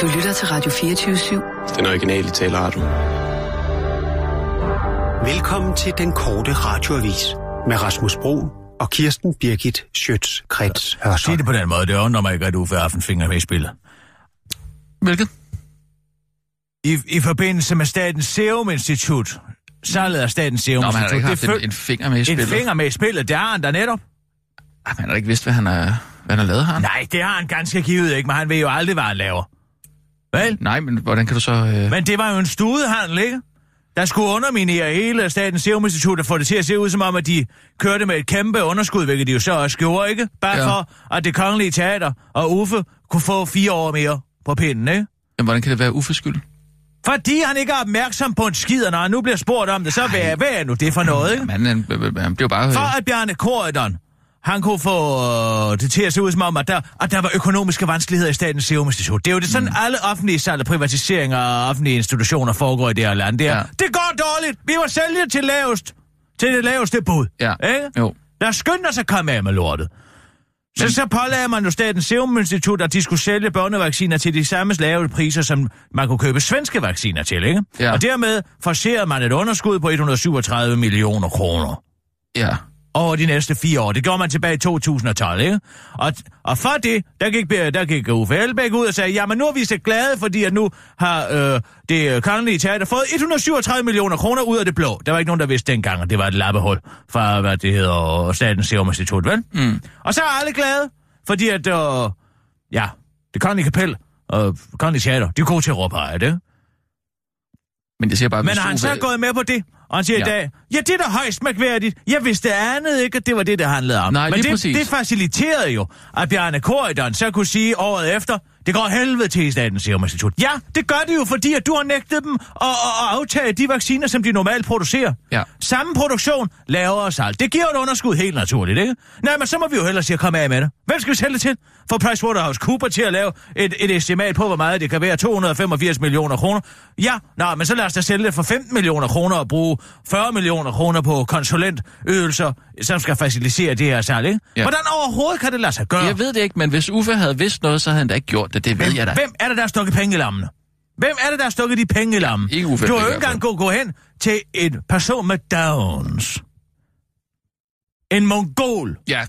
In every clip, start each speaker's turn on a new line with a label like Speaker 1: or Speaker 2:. Speaker 1: Du lytter til Radio 24-7.
Speaker 2: Den originale taleradio.
Speaker 3: Velkommen til den korte radioavis med Rasmus Bro og Kirsten Birgit Schøtz-Krets Hørsholm.
Speaker 4: Sig det på den måde, det undrer mig ikke, at Uffe Affenfinger er med i spillet.
Speaker 5: Hvilket?
Speaker 4: I, I forbindelse med Statens Serum Institut, salget af Statens Serum
Speaker 5: Nå, men han har
Speaker 4: Institut.
Speaker 5: ikke haft
Speaker 4: det er
Speaker 5: en, en finger med i
Speaker 4: fø-
Speaker 5: spillet.
Speaker 4: en finger med i spillet, det har han da netop.
Speaker 5: Ej, men han har ikke vidst, hvad han har, hvad han har lavet, har han?
Speaker 4: Nej, det har han ganske givet ikke, men han ved jo aldrig, hvad han laver. Vel?
Speaker 5: Nej, men hvordan kan du så... Øh...
Speaker 4: Men det var jo en studehandel, ikke? Der skulle underminere hele Statens Serum Institut og få det til at se ud som om, at de kørte med et kæmpe underskud, hvilket de jo så også gjorde, ikke? Bare
Speaker 5: Ja.
Speaker 4: ja. for, at det kongelige teater og Uffe kunne få fire år mere på pinden, ikke?
Speaker 5: Jamen, hvordan kan det være Uffes skyld?
Speaker 4: Fordi han ikke er opmærksom på en skid, og når han nu bliver spurgt om det, så hvad, hvad er nu det for noget, ikke?
Speaker 5: Jamen, han, han, han blev bare... Øh...
Speaker 4: For at Bjarne Korydon, han kunne få øh, det til at se ud som om, at der, at der var økonomiske vanskeligheder i Statens Serum Institut. Det er jo det sådan, mm. alle offentlige salg og privatiseringer og offentlige institutioner foregår i det her land. Det, ja.
Speaker 5: Ja.
Speaker 4: det går dårligt. Vi må sælge til lavest. Til det laveste bud.
Speaker 5: Ja,
Speaker 4: Ikke?
Speaker 5: jo.
Speaker 4: Der skynder sig at komme af med lortet. Så, så pålagde man jo Statens Serum Institut, at de skulle sælge børnevacciner til de samme lave priser, som man kunne købe svenske vacciner til, ikke?
Speaker 5: Ja.
Speaker 4: Og dermed forserer man et underskud på 137 millioner kroner
Speaker 5: Ja.
Speaker 4: over de næste fire år. Det gjorde man tilbage i 2012, ikke? Og, og for det, der gik, der gik Uffe Elbæk ud og sagde, jamen nu er vi så glade, fordi at nu har øh, det øh, kongelige teater fået 137 millioner kroner ud af det blå. Der var ikke nogen, der vidste dengang, at det var et lappehul fra, hvad det hedder, Statens Serum Institut, vel? Mm. Og så er alle glade, fordi at, øh, ja, det kongelige kapel og øh, kongelige teater, de er gode til at råbe af det.
Speaker 5: Men jeg siger bare,
Speaker 4: Men
Speaker 5: hvis
Speaker 4: har han
Speaker 5: Uffe-
Speaker 4: så gået med på det? Og han siger ja.
Speaker 5: Ja.
Speaker 4: i dag, ja, det er da højst mærkværdigt. Jeg vidste andet ikke, at det var det, det handlede om.
Speaker 5: Nej,
Speaker 4: Men
Speaker 5: lige
Speaker 4: det,
Speaker 5: præcis.
Speaker 4: det faciliterede jo, at Bjarne Korydon så kunne sige året efter, det går helvede til i Statens Serum Institut. Ja, det gør det jo, fordi at du har nægtet dem at, at, at aftage de vacciner, som de normalt producerer.
Speaker 5: Ja.
Speaker 4: Samme produktion, lavere salg. Det giver jo et underskud helt naturligt, ikke? Nej, men så må vi jo hellere sige at komme af med det. Hvem skal vi sælge det til? For PricewaterhouseCoopers til at lave et, et estimat på, hvor meget det kan være. 285 millioner kroner. Ja, nej, men så lad os da sælge det for 15 millioner kroner og bruge 40 millioner kroner på konsulentøvelser, som skal facilitere det her salg, ikke?
Speaker 5: Ja.
Speaker 4: Ja. Hvordan overhovedet kan det lade sig gøre?
Speaker 5: Jeg ved det ikke, men hvis Uffe havde vidst noget, så havde han da ikke gjort det. Det ved jeg da.
Speaker 4: Hvem er det, der har stukket penge i lammene? Hvem er det, der har stukket de penge i lammen?
Speaker 5: Ikke Uffe
Speaker 4: du har jo ikke
Speaker 5: Elbæk i hvert
Speaker 4: engang kunne gå hen til en person med Downs. En mongol,
Speaker 5: Ja,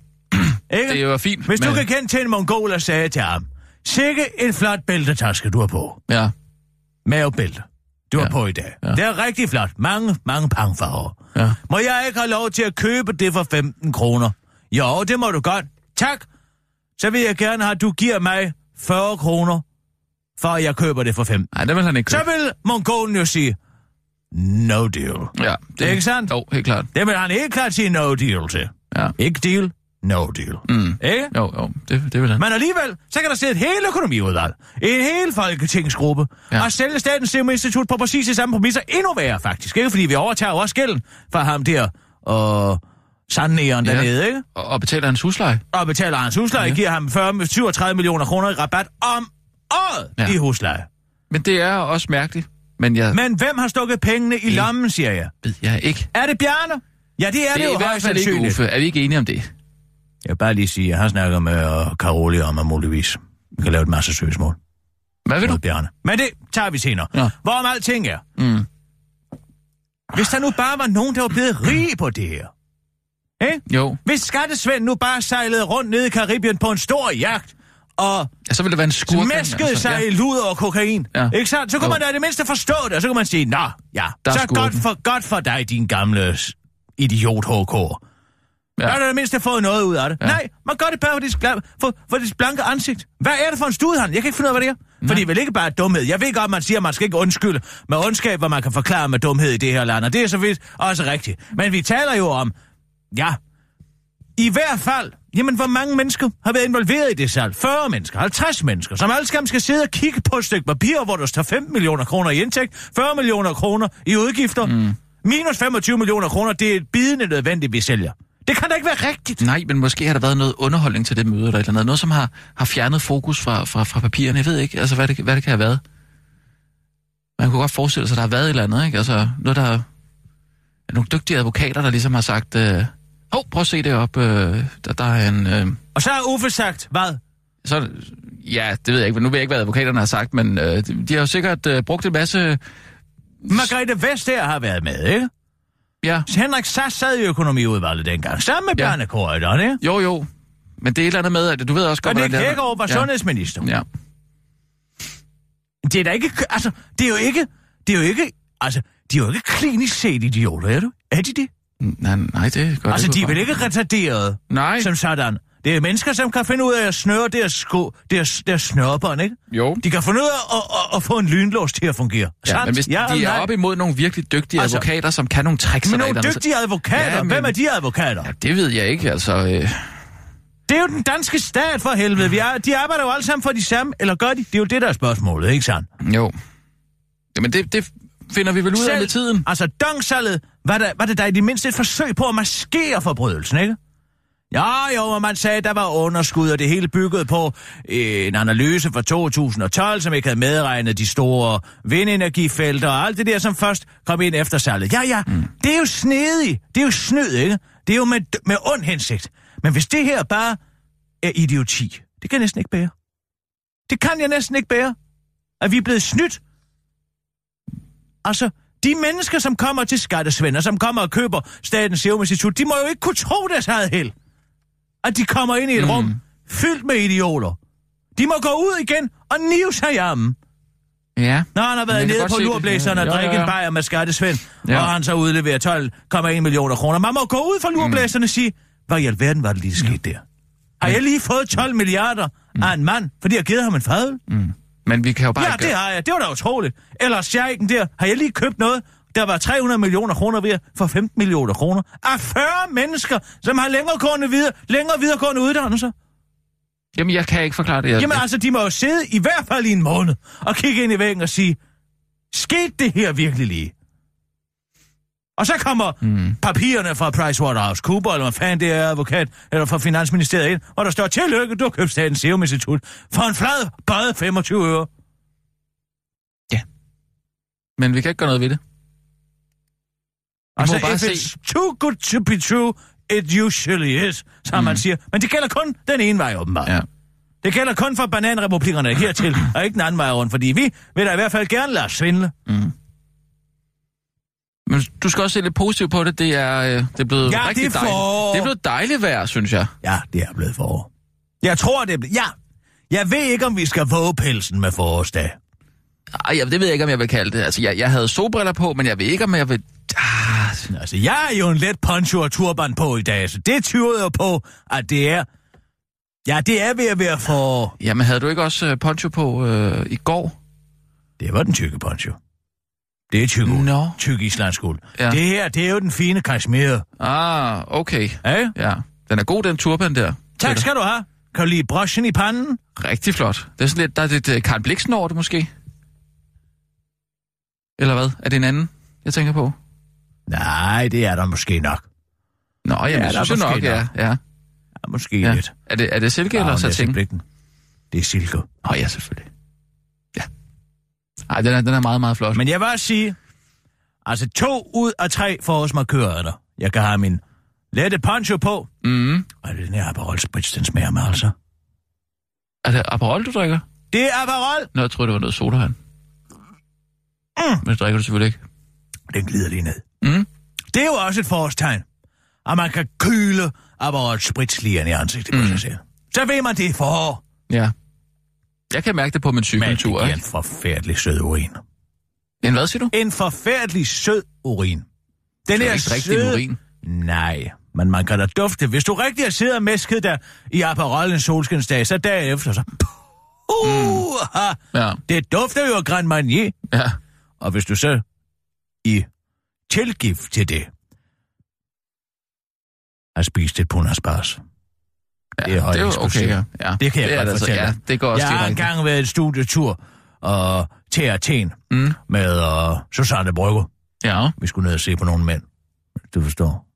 Speaker 4: ikke?
Speaker 5: det var fint.
Speaker 4: Hvis
Speaker 5: men...
Speaker 4: du kan kende til en mongol og sagde til ham, sikke en flot bæltetaske, du har på.
Speaker 5: Ja,
Speaker 4: Mavebælte. Du har
Speaker 5: Ja.
Speaker 4: på i dag.
Speaker 5: Ja.
Speaker 4: Det er rigtig flot. Mange, mange pangfarver.
Speaker 5: Ja.
Speaker 4: Må jeg ikke have lov til at købe det for 15 kroner? Jo, det må du godt. Tak. Så vil jeg gerne have, at du giver mig 40 kroner, for at jeg køber det for 15.
Speaker 5: nej, det vil han ikke
Speaker 4: Så
Speaker 5: købe.
Speaker 4: vil mongolen jo sige, no deal.
Speaker 5: Ja,
Speaker 4: Det er ikke sandt?
Speaker 5: Jo, helt klart.
Speaker 4: Det vil han helt klart sige no deal til.
Speaker 5: Ja.
Speaker 4: Ikke deal, no deal.
Speaker 5: Mm.
Speaker 4: Ikke?
Speaker 5: Jo, jo, det, det vil han.
Speaker 4: Men alligevel, så kan der sidde et helt økonomiudvalg, en hel folketingsgruppe,
Speaker 5: Ja.
Speaker 4: ja. og sælge Statens Serum Institut på præcis de samme præmisser. Endnu værre, faktisk. Ikke? Fordi vi overtager jo også gælden fra ham der og sandnæren
Speaker 5: Ja.
Speaker 4: dernede, ikke?
Speaker 5: Og, og betaler hans husleje.
Speaker 4: Og betaler hans husleje, ja. giver ham 40, 37 millioner kroner i rabat om året
Speaker 5: Ja.
Speaker 4: ja. i husleje.
Speaker 5: Men det er også mærkeligt. Men jeg
Speaker 4: Men hvem har stukket pengene i lommen, siger jeg?
Speaker 5: ved jeg ikke.
Speaker 4: Er det Bjarne? Ja, det er det,
Speaker 5: Det
Speaker 4: det
Speaker 5: er
Speaker 4: jo
Speaker 5: i hvert
Speaker 4: højst
Speaker 5: fald ikke
Speaker 4: sandsynligt.
Speaker 5: Uffe. Er vi ikke enige om det?
Speaker 4: Jeg vil bare lige sige, at jeg har snakket med uh, Karoli om, at muligvis vi kan lave et masse søgsmål
Speaker 5: Hvad vil du?
Speaker 4: mod Bjarne. Men det tager vi senere.
Speaker 5: Ja.
Speaker 4: Ja. Hvorom alting er. Mm. Hvis der nu bare var nogen, der var blevet rige på det her. Ikke?
Speaker 5: Jo,
Speaker 4: Hvis Skattesvend nu bare sejlede rundt nede i Karibien på en stor jagt, og
Speaker 5: ja, så Altså, vil det være en skurk.
Speaker 4: mæskede altså, sig ja. i luder og kokain.
Speaker 5: Ja.
Speaker 4: Ja. Ikke sant? Så kunne
Speaker 5: Jo.
Speaker 4: man da i det mindste forstå det, og så kunne man sige, nå, ja,
Speaker 5: Der er
Speaker 4: så
Speaker 5: skurken."
Speaker 4: godt for, godt for dig, din gamle s- idiot HK. Ja. Der har du i det mindste fået noget ud af det. Ja. Nej, man gør det bare for dit, bla- for, for dit blanke ansigt. Hvad er det for en studehand? Jeg kan ikke finde ud af, hvad det er. For det er vel ikke bare dumhed. Jeg ved godt, man siger, at man skal ikke undskylde med ondskab, hvor man kan forklare med dumhed i det her land. Og det er så vist også rigtigt. Men vi taler jo om, ja, i hvert fald, jamen hvor mange mennesker har været involveret i det salg? 40 mennesker, 50 mennesker, som alle sammen skal sidde og kigge på et stykke papir, hvor der står 5 millioner kroner i indtægt, 40 millioner kroner i udgifter, mm. minus 25 millioner kroner, det er et bidende nødvendigt, vi sælger. Det kan da ikke være rigtigt.
Speaker 5: Nej, men måske har der været noget underholdning til det møde eller et eller andet. Noget, som har, har fjernet fokus fra, fra, fra papirerne. Jeg ved ikke, altså, hvad, det, hvad det kan have været. Man kunne godt forestille sig, at der har været et eller andet. Ikke? Altså, noget, der er nogle dygtige advokater, der ligesom har sagt, øh, hov, prøv at se det op, øh, der, der er en... Øh,
Speaker 4: Og så har Uffe sagt, hvad?
Speaker 5: så, Ja, det ved jeg ikke, men nu ved jeg ikke, hvad advokaterne har sagt, men øh, de, de har jo sikkert øh, brugt en masse...
Speaker 4: Margrethe Vestager har været med, ikke?
Speaker 5: Ja,
Speaker 4: Henrik Sass sad i økonomiudvalget dengang, sammen med
Speaker 5: Ja.
Speaker 4: Bjarne Korydon, ikke?
Speaker 5: jo, jo. Men det er et eller andet med, at du ved også godt,
Speaker 4: Og Nick
Speaker 5: er.
Speaker 4: Hækkerup var
Speaker 5: ja.
Speaker 4: ja. sundhedsminister.
Speaker 5: Ja.
Speaker 4: Det er da ikke... Altså, det er jo ikke... Det er jo ikke... Altså, de er jo ikke klinisk set idioter, er du? Er de det?
Speaker 5: Nej, nej, det gør
Speaker 4: Altså,
Speaker 5: det
Speaker 4: de er vel ikke retarderede
Speaker 5: Nej,
Speaker 4: som sådan. Det er mennesker, som kan finde ud af at snøre deres sko, deres, deres snørebånd, ikke?
Speaker 5: jo.
Speaker 4: De kan finde ud af at, at, at få en lynlås til at fungere.
Speaker 5: Ja,
Speaker 4: Sandt?
Speaker 5: men hvis ja,
Speaker 4: eller
Speaker 5: de er
Speaker 4: nej?
Speaker 5: oppe imod nogle virkelig dygtige
Speaker 4: Altså-
Speaker 5: altså, advokater, som kan nogle tricks...
Speaker 4: Men
Speaker 5: eller et
Speaker 4: nogle
Speaker 5: eller andet, så-
Speaker 4: dygtige advokater.
Speaker 5: Ja, men-
Speaker 4: Hvem er de advokater?
Speaker 5: Ja, det ved jeg ikke, altså... Øh,
Speaker 4: Det er jo den danske stat for helvede. Vi er, de arbejder jo alle sammen for de samme, eller gør de? Det er jo det, der er spørgsmålet, ikke sandt?
Speaker 5: jo. Jamen, det, det finder vi vel ud af med tiden.
Speaker 4: Altså, dongsalget var, der, var det der i det mindste et forsøg på at maskere forbrydelsen, ikke? Ja, jo, og man sagde, at der var underskud, og det hele byggede på øh, en analyse fra 2012, som ikke havde medregnet de store vindenergifelter og alt det der, som først kom ind efter salget. Ja, ja, mm. det er jo snedig. Det er jo snyd, ikke? Det er jo med, med ond hensigt. Men hvis det her bare er idioti, det kan jeg næsten ikke bære. Det kan jeg næsten ikke bære. At vi er blevet snydt Altså, de mennesker, som kommer til skattesvender, som kommer og køber Statens Serum Institut, de må jo ikke kunne tro deres eget held. At de kommer ind i et mm. rum fyldt med idioter. De må gå ud igen og nive sig i armen.
Speaker 5: Ja.
Speaker 4: Når han har
Speaker 5: Jeg
Speaker 4: været
Speaker 5: kan
Speaker 4: nede
Speaker 5: godt
Speaker 4: på
Speaker 5: se det.
Speaker 4: lurblæseren og
Speaker 5: Ja, ja,
Speaker 4: drikke en
Speaker 5: ja.
Speaker 4: bajer med skattesvend,
Speaker 5: Ja. Mm.
Speaker 4: og han så udleverer 12,1 millioner kroner. Man må gå ud fra lurblæserne og sige, hvad i alverden var det lige der skete der? Har jeg lige fået 12 milliarder af en mand, fordi jeg har givet ham en fadøl?
Speaker 5: Men vi kan jo bare
Speaker 4: Ja,
Speaker 5: ikke...
Speaker 4: det har jeg. Det var da utroligt. Eller sjejken der, har jeg lige købt noget, der var 300 millioner kroner ved for 15 millioner kroner. Af 40 mennesker, som har længeregående videre, længere videregående uddannelser.
Speaker 5: Jamen, jeg kan ikke forklare det. Jeg,
Speaker 4: Jamen altså, de må jo sidde i hvert fald i en måned og kigge ind i væggen og sige, skete det her virkelig lige? Og så kommer mm. papirerne fra PricewaterhouseCoopers, eller hvad fanden det er, advokat, eller fra Finansministeriet ind, og der står, tillykke, du har købt Statens Serum Institut for en flad, bare 25 øre.
Speaker 5: Men vi kan ikke gøre noget ved det. Vi
Speaker 4: Altså,
Speaker 5: må bare
Speaker 4: if
Speaker 5: se.
Speaker 4: it's too good to be true, it usually is, som mm. man siger. Men det gælder kun den ene vej, åbenbart.
Speaker 5: Ja.
Speaker 4: Det gælder kun for bananrepublikkerne hertil, og ikke den anden vej rundt, fordi vi vil da i hvert fald gerne lade os svindle.
Speaker 5: Men du skal også se lidt positivt på det. Det er, øh, det er blevet
Speaker 4: Ja,
Speaker 5: rigtig
Speaker 4: det er forår.
Speaker 5: dejligt. Det er blevet dejligt vejr, synes jeg.
Speaker 4: Ja, det er blevet forår. Jeg tror, det er blevet... Ja, jeg ved ikke, om vi skal våge pelsen med forårsdag.
Speaker 5: Ej, jeg, det ved jeg ikke, om jeg vil kalde det. Altså, jeg, jeg havde solbriller på, men jeg ved ikke, om jeg vil... Ah,
Speaker 4: Altså, jeg er jo en let poncho og turban på i dag, så det tyder jo på, at det er... Ja, det er ved at være forår.
Speaker 5: jamen, havde du ikke også øh, poncho på øh, i går?
Speaker 4: Det var den tykke poncho. Det er tyk uld.
Speaker 5: Nå.
Speaker 4: Tyk islandsk uld. Ja.
Speaker 5: Ja.
Speaker 4: Det her, det er jo den fine kashmir.
Speaker 5: Ah, okay.
Speaker 4: Ja.
Speaker 5: Ja, den er god, den turban der.
Speaker 4: Tak skal du have. Kan du lide broschen i panden?
Speaker 5: Rigtig flot. Det er sådan lidt, der er lidt uh, Karl Bliksen over det måske. Eller hvad? Er det en anden, jeg tænker på?
Speaker 4: Nej, det er der måske nok.
Speaker 5: Nå, jamen,
Speaker 4: der
Speaker 5: ja,
Speaker 4: er
Speaker 5: jeg synes jo
Speaker 4: måske
Speaker 5: nok, ja. ja,
Speaker 4: Ja, måske ja.
Speaker 5: ja.
Speaker 4: lidt.
Speaker 5: Er det, er det silke ja, eller
Speaker 4: Arven
Speaker 5: så
Speaker 4: er
Speaker 5: ting?
Speaker 4: tilblikken. Det er silke.
Speaker 5: Nå, ja, selvfølgelig. Ja. Ej, den er, den er meget, meget flot. Men...
Speaker 4: Men jeg vil også sige, altså to ud af tre forårsmarkører er der. Jeg kan have min lette poncho på.
Speaker 5: Mm.
Speaker 4: Og den her Aperol Spritz, den smager mig altså.
Speaker 5: Er det Aperol, du drikker?
Speaker 4: Det er Aperol!
Speaker 5: Nå, jeg troede, det var noget sodavand. Mm. Men det drikker du selvfølgelig ikke.
Speaker 4: Den glider lige ned.
Speaker 5: Mm.
Speaker 4: Det er jo også et forårstegn. At man kan køle Aperol Spritz lige ind i ansigtet
Speaker 5: Mm.
Speaker 4: på sig selv. Så ved man, det er forår.
Speaker 5: Ja. Jeg kan mærke det på min
Speaker 4: Men det
Speaker 5: cykeltur.
Speaker 4: er
Speaker 5: ikke?
Speaker 4: en forfærdelig sød urin.
Speaker 5: En hvad, siger du?
Speaker 4: En forfærdelig sød urin. Den
Speaker 5: Det er
Speaker 4: er
Speaker 5: ikke rigtig
Speaker 4: sød-
Speaker 5: urin.
Speaker 4: Nej, men man kan da dufte. Hvis du rigtig har siddet og mæsket der i Aperol en solskinsdag, så dagen efter,
Speaker 5: Mm.
Speaker 4: så... Uh,
Speaker 5: Ja,
Speaker 4: Det dufter jo af Grand Marnier.
Speaker 5: ja.
Speaker 4: Og hvis du så i tilgift til det, har spist et pund asparges.
Speaker 5: ja.
Speaker 4: Det er højt
Speaker 5: det er jo okay,
Speaker 4: eksplosivt.
Speaker 5: ja. ja.
Speaker 4: Det kan jeg
Speaker 5: det er
Speaker 4: godt
Speaker 5: det altså,
Speaker 4: fortælle
Speaker 5: Ja,
Speaker 4: dig.
Speaker 5: det går også
Speaker 4: Jeg har
Speaker 5: direkte.
Speaker 4: engang været i studietur og til Athen
Speaker 5: Mm.
Speaker 4: med uh, Susanne Brygge.
Speaker 5: Ja,
Speaker 4: Vi skulle ned og se på nogle mænd. Du forstår.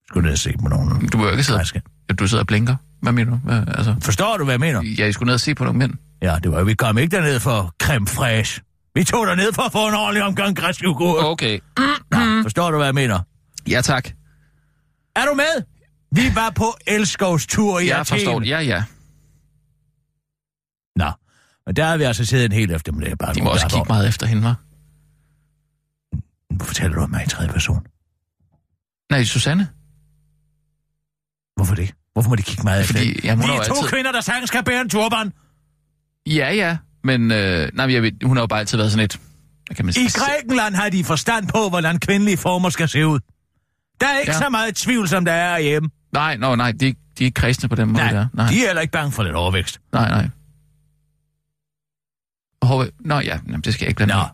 Speaker 4: Vi skulle ned og se på nogle
Speaker 5: du må jo ikke sidde
Speaker 4: græske.
Speaker 5: Ja, Du sidder og blinker. Hvad mener du? Hvad, altså,
Speaker 4: Forstår du, hvad jeg mener?
Speaker 5: ja, I skulle ned og se på nogle mænd.
Speaker 4: Ja, det var vi kom ikke derned for creme fraiche. Vi tog derned for at få en ordentlig omgang græsk yoghurt. Oh.
Speaker 5: Okay. mm.
Speaker 4: Nå, forstår du, hvad jeg mener?
Speaker 5: Ja, tak.
Speaker 4: Er du med? Vi var på Elskovs tur i
Speaker 5: Jeg
Speaker 4: Athen.
Speaker 5: forstår det. Ja, ja.
Speaker 4: Men der har vi altså siddet en hel eftermiddag. Bare
Speaker 5: De må også kigge meget efter hende, var.
Speaker 4: Hvorfor fortæller du om mig i tredje person?
Speaker 5: Nej, Susanne.
Speaker 4: Hvorfor det? Hvorfor må de kigge meget
Speaker 5: Fordi,
Speaker 4: efter?
Speaker 5: jamen,
Speaker 4: vi
Speaker 5: hun har
Speaker 4: er to
Speaker 5: jo altid-
Speaker 4: kvinder, der sagtens skal bære en turban.
Speaker 5: Ja, ja. Men, øh, nej, men jeg ved, hun har jo bare altid været sådan et... Hvad kan man
Speaker 4: I Grækenland har de forstand på, hvordan kvindelige former skal se ud. Der er ikke
Speaker 5: Ja.
Speaker 4: ja. så meget tvivl, som der er hjemme.
Speaker 5: Nej, no, nej, de, er ikke- de er ikke kristne på den måde.
Speaker 4: Nej,
Speaker 5: der.
Speaker 4: nej, de er heller ikke bange for lidt overvækst.
Speaker 5: Nej, nej. Hov, nå ja, Jamen, det skal jeg ikke blande
Speaker 4: Nå.
Speaker 5: mig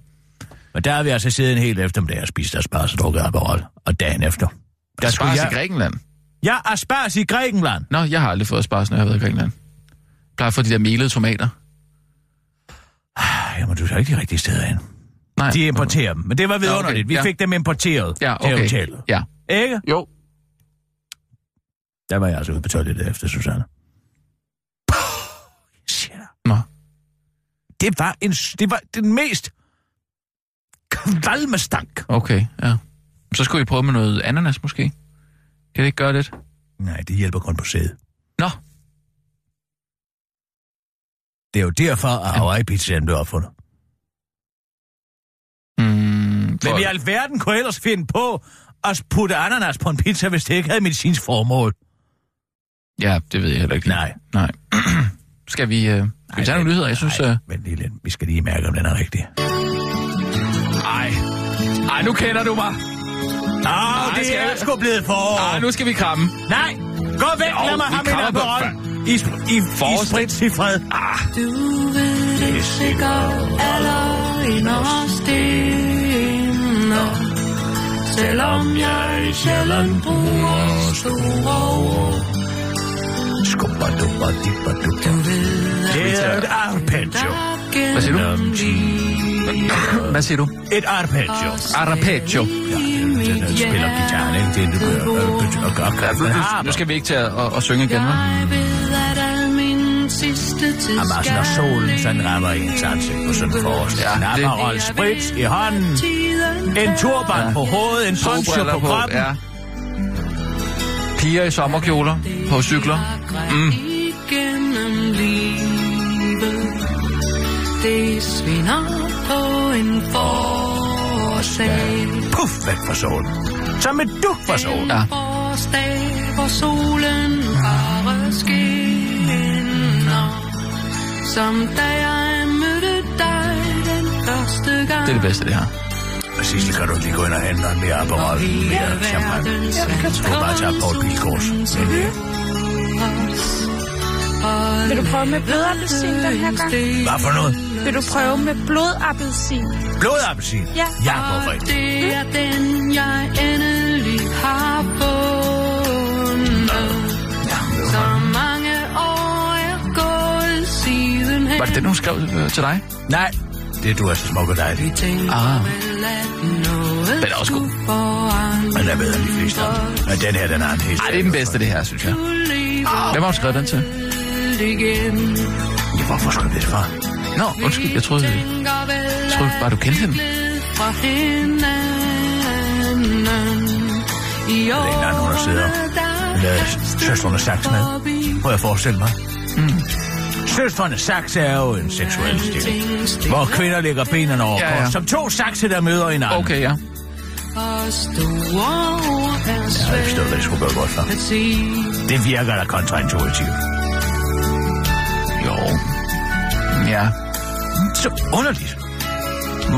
Speaker 4: Men der har vi altså siddet en hel eftermiddag og spist asparges og drukket Aperol. Og dagen efter.
Speaker 5: i.
Speaker 4: Der skulle
Speaker 5: Spars
Speaker 4: jeg...
Speaker 5: i Grækenland.
Speaker 4: Ja, asparges i Grækenland.
Speaker 5: Nå, jeg har aldrig fået spars, når jeg har været i Grækenland. Jeg plejer at få de der melede tomater.
Speaker 4: Ej, Jamen, du tager ikke de rigtige steder hen.
Speaker 5: Nej.
Speaker 4: De importerer dem, men det var
Speaker 5: Ja,
Speaker 4: vidunderligt.
Speaker 5: okay.
Speaker 4: Vi
Speaker 5: Ja.
Speaker 4: fik dem importeret
Speaker 5: Ja,
Speaker 4: til
Speaker 5: okay.
Speaker 4: hotellet.
Speaker 5: Ja.
Speaker 4: Ikke?
Speaker 5: Jo.
Speaker 4: Der var jeg altså ude på toilettet efter Susanne. Puh, siger jeg.
Speaker 5: Nå.
Speaker 4: Det var, en, s- det var den mest kvalme stank.
Speaker 5: Okay, ja. Så skulle I prøve med noget ananas måske? Kan det ikke gøre lidt?
Speaker 4: Nej, det hjælper kun på sæde.
Speaker 5: Nå,
Speaker 4: Det er jo derfor, at Hawaii-pizzaen blev opfundet.
Speaker 5: mm, for,
Speaker 4: Hvem i alverden kunne ellers finde på at putte ananas på en pizza, hvis det ikke havde medicinsk formål?
Speaker 5: Ja, det ved jeg heller ikke. lige.
Speaker 4: Nej.
Speaker 5: Nej. skal vi, øh, skal vi tage nogle nyheder? Jeg synes...
Speaker 4: Nej,
Speaker 5: Øh,
Speaker 4: vent lige lidt. Vi skal lige mærke, om den er rigtig.
Speaker 5: ej. Ej, nu kender du mig.
Speaker 4: Åh,
Speaker 5: Nej,
Speaker 4: det
Speaker 5: skal
Speaker 4: er
Speaker 5: jeg-
Speaker 4: sgu blevet forår.
Speaker 5: Ej, nu skal vi kramme.
Speaker 4: Nej, gå væk,
Speaker 5: Jo,
Speaker 4: lad mig
Speaker 5: vi
Speaker 4: have min
Speaker 5: krammer på
Speaker 4: Aperol. I, sp- i, i
Speaker 5: Forrest.
Speaker 4: sprits i fred. Ah,
Speaker 2: Du vil sikkert allerede også dine Selvom jeg sjældent bruger store ord
Speaker 4: skubba dubba dibba
Speaker 2: Du
Speaker 4: dubba.
Speaker 2: ved,
Speaker 4: Det er et
Speaker 2: at
Speaker 4: arpeggio.
Speaker 5: Hvad siger du?
Speaker 2: gennem
Speaker 5: Hvad siger du?
Speaker 4: Et arpeggio.
Speaker 5: Arpeggio.
Speaker 4: Den der spiller gitaren, ikke? Det er det, du øh, gør.
Speaker 5: Nu skal vi ikke til at, at, at synge igen, hva'?
Speaker 2: Jeg ved, at al min sidste tid
Speaker 4: Jamen altså, når solen sådan rammer i ens ansigt på sådan en forårs. Ja, det
Speaker 5: det-
Speaker 4: er sprits i hånden. En turban på hovedet, en poncho
Speaker 5: Solbriller
Speaker 4: på kroppen.
Speaker 5: Ja. Piger i sommerkjoler på cykler.
Speaker 2: Mm. Igennem livet Det svinder på en forårsdag
Speaker 4: Puff, væk fra solen. Som et duk fra solen.
Speaker 5: Ja.
Speaker 2: En forårsdag, hvor solen bare skinner Som da jeg mødte dig den første gang
Speaker 5: Det er det bedste, det her.
Speaker 4: Og sidst kan du lige gå ind og hente en mere apparat. Mere champagne. Du kan bare tage på et bilkurs. Men ja.
Speaker 6: Vil du prøve med blodappelsin den her gang?
Speaker 4: Hvad for noget?
Speaker 6: Vil du prøve med blodappelsin?
Speaker 4: Blodappelsin?
Speaker 6: Ja.
Speaker 4: Ja, hvorfor ikke?
Speaker 2: Det er den, jeg endelig har fundet. Så mange år er gået siden hen.
Speaker 5: Var det den, hun skrev øh, til dig?
Speaker 4: Nej, det er du er så smuk og dejlig.
Speaker 2: Tænker
Speaker 5: Ah.
Speaker 2: vel, at noget
Speaker 5: Den er også god.
Speaker 2: skulle forandres.
Speaker 4: Men der ved de fleste om. Men den her, den er en helt...
Speaker 5: Ej, det er den bedste, det her, synes jeg.
Speaker 2: Du lever
Speaker 5: Hvem har du skrevet den til?
Speaker 2: alt igen.
Speaker 4: Ja, hvorfor skulle det fra?
Speaker 5: Nå, undskyld, jeg troede, jeg
Speaker 2: Tænker vel,
Speaker 5: troede bare, du kendte hende.
Speaker 2: gled fra hinanden. I
Speaker 4: er ikke engang nogen, der sidder
Speaker 2: årene,
Speaker 5: øh,
Speaker 4: med
Speaker 2: der
Speaker 4: søstrene Sachs med.
Speaker 2: forbi.
Speaker 4: Må jeg forestille mig? Mm. Søstrene Sachs er jo en seksuel stilling. Hvor kvinder lægger benene over
Speaker 5: Ja,
Speaker 4: ja,
Speaker 5: ja.
Speaker 4: ja. som to sakse, der møder hinanden.
Speaker 5: Okay, ja.
Speaker 4: Jeg har ikke forstået, hvad det skulle gøre godt for. Det virker da kontraintuitivt.
Speaker 5: Jo. Ja.
Speaker 4: Så underligt.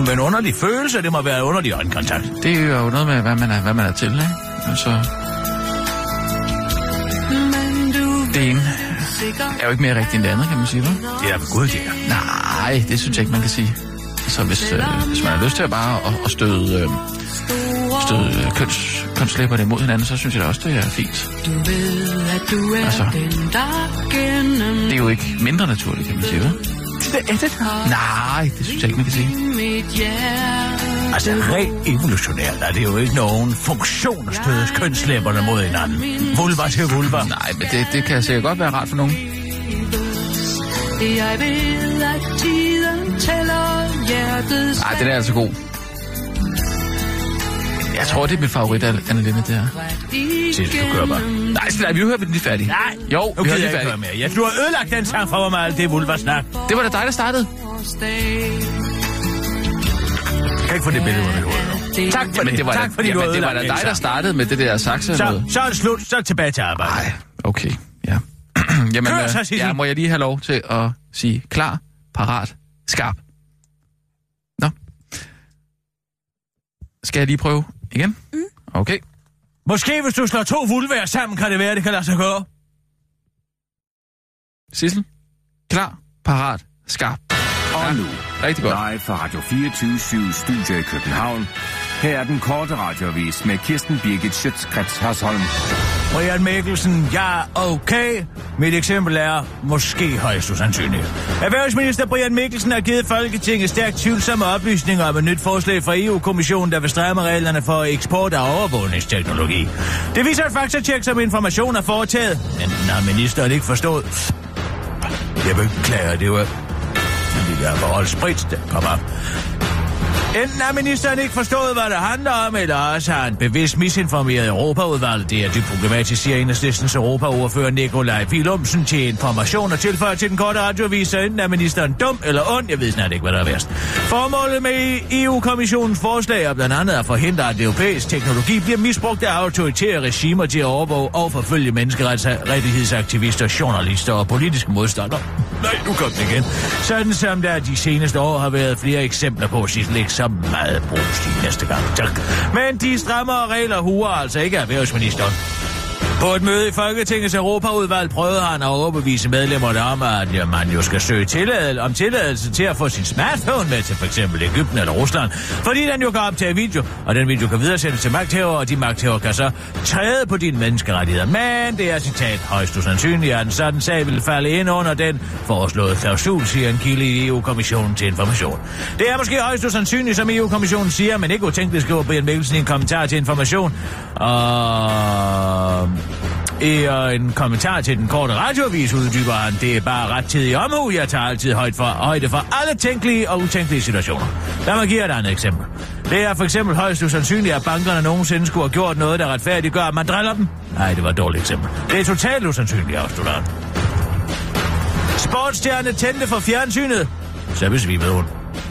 Speaker 4: Men underlig følelse, det må være underlig øjenkontakt.
Speaker 5: Det er jo noget med, hvad man er, hvad man er til, ikke? Altså, det ene er jo ikke mere rigtigt end det andet, kan man sige, vel?
Speaker 4: Det er da gud, det er.
Speaker 5: Nej, det synes jeg ikke, man kan sige. Så hvis, øh, hvis man har lyst til at bare at, at støde, øh, støde øh, køns, kønslæberne imod hinanden, så synes jeg da også, det er fint. Altså, det er jo ikke mindre naturligt, kan man sige, vel? Nej, det synes jeg ikke, man kan sige.
Speaker 4: Altså, rent evolutionært er det jo ikke nogen funktion at støde kønslæberne mod hinanden. Vulva til vulva.
Speaker 5: Nej, men det, det kan sikkert godt være rart for nogen.
Speaker 2: Jeg ved, at tiden tæller hjertets
Speaker 5: Nej, den er altså god. jeg tror, det er mit favorit af Anna Linde, det her.
Speaker 4: Sis, du kører bare.
Speaker 5: Nej, nej, vi hører den lige færdig.
Speaker 4: Nej,
Speaker 5: Jo,
Speaker 4: nu kan
Speaker 5: vi hører
Speaker 4: jeg
Speaker 5: den
Speaker 4: ikke
Speaker 5: færdig.
Speaker 4: høre mere. Jeg, du har ødelagt den sang for mig med alt det vulva-snak.
Speaker 5: Det var da dig, der startede.
Speaker 4: Jeg kan ikke få det billede ud af mit hoved. nu. Tak for
Speaker 5: Jamen,
Speaker 4: det.
Speaker 5: det var
Speaker 4: tak
Speaker 5: da,
Speaker 4: fordi du
Speaker 5: jamen, det var
Speaker 4: ødelagde
Speaker 5: da dig,
Speaker 4: den
Speaker 5: der
Speaker 4: sang.
Speaker 5: startede med det der saxe.
Speaker 4: Så,
Speaker 5: noget.
Speaker 4: så er det slut. Så tilbage til arbejde.
Speaker 5: Nej, okay. Ja. Jamen,
Speaker 4: Kør
Speaker 5: øh,
Speaker 4: så, Sissel.
Speaker 5: ja, må jeg lige have lov til at sige klar, parat, skarp. Nå. Skal jeg lige prøve igen? Mm. Okay.
Speaker 4: Måske hvis du slår to vulvær sammen, kan det være, det kan lade sig gå.
Speaker 5: Sissel. Klar, parat, skarp.
Speaker 7: Og nu,
Speaker 5: Rigtig godt.
Speaker 7: live fra Radio 24 Studio i København. Her er den korte radiovis med Kirsten Birgit Schøtzgrads Hasholm.
Speaker 4: Og Jan Mikkelsen, ja, okay. Mit eksempel er måske højst usandsynligt. Erhvervsminister Brian Mikkelsen har givet Folketinget stærkt tvivlsomme oplysninger om et nyt forslag fra EU-kommissionen, der vil stramme reglerne for eksport af overvågningsteknologi. Det viser et faktatjek, som information er foretaget, men den har ministeren ikke forstået. Jeg beklager, det var... Det der forhold sprit, der kom op. Enten har ministeren ikke forstået, hvad det handler om, eller også har han bevidst misinformeret Europaudvalget. Det er dybt problematisk, siger enhedslistens Europaordfører Nikolaj Philumsen til information og tilføjer til den korte radioavis, så enten er ministeren dum eller ond. Jeg ved snart ikke, hvad der er værst. Formålet med EU-kommissionens forslag er blandt andet at forhindre, at europæisk teknologi bliver misbrugt af autoritære regimer til at overvåge og forfølge menneskerettighedsaktivister, journalister og politiske modstandere. Nej, nu kom det igen. Sådan som der de seneste år har været flere eksempler på, Sissel ikke så meget bruges de næste gang. Tak. Men de strammere regler huer altså ikke erhvervsministeren. På et møde i Folketingets Europaudvalg prøvede han at overbevise medlemmerne om, at ja, man jo skal søge tilladelse, om tilladelse til at få sin smartphone med til f.eks. Ægypten eller Rusland, fordi den jo kan optage video, og den video kan videresendes til magthavere, og de magthavere kan så træde på dine menneskerettigheder. Men det er citat højst usandsynligt, at en sådan sag vil falde ind under den foreslåede klausul, siger en kilde i EU-kommissionen til information. Det er måske højst usandsynligt, som EU-kommissionen siger, men ikke utænkeligt, skriver Brian Mikkelsen i en kommentar til information. Og i øh, en kommentar til den korte radioavis uddyber han, det er bare ret tid i omhu, jeg tager altid højde for, højde for alle tænkelige og utænkelige situationer. Lad mig give jer et andet eksempel. Det er for eksempel højst usandsynligt, at bankerne nogensinde skulle have gjort noget, der retfærdiggør, at man driller dem. Nej, det var et dårligt eksempel. Det er totalt usandsynligt, afslutter han. Sportsstjerne tændte for fjernsynet. Så besvimede hun.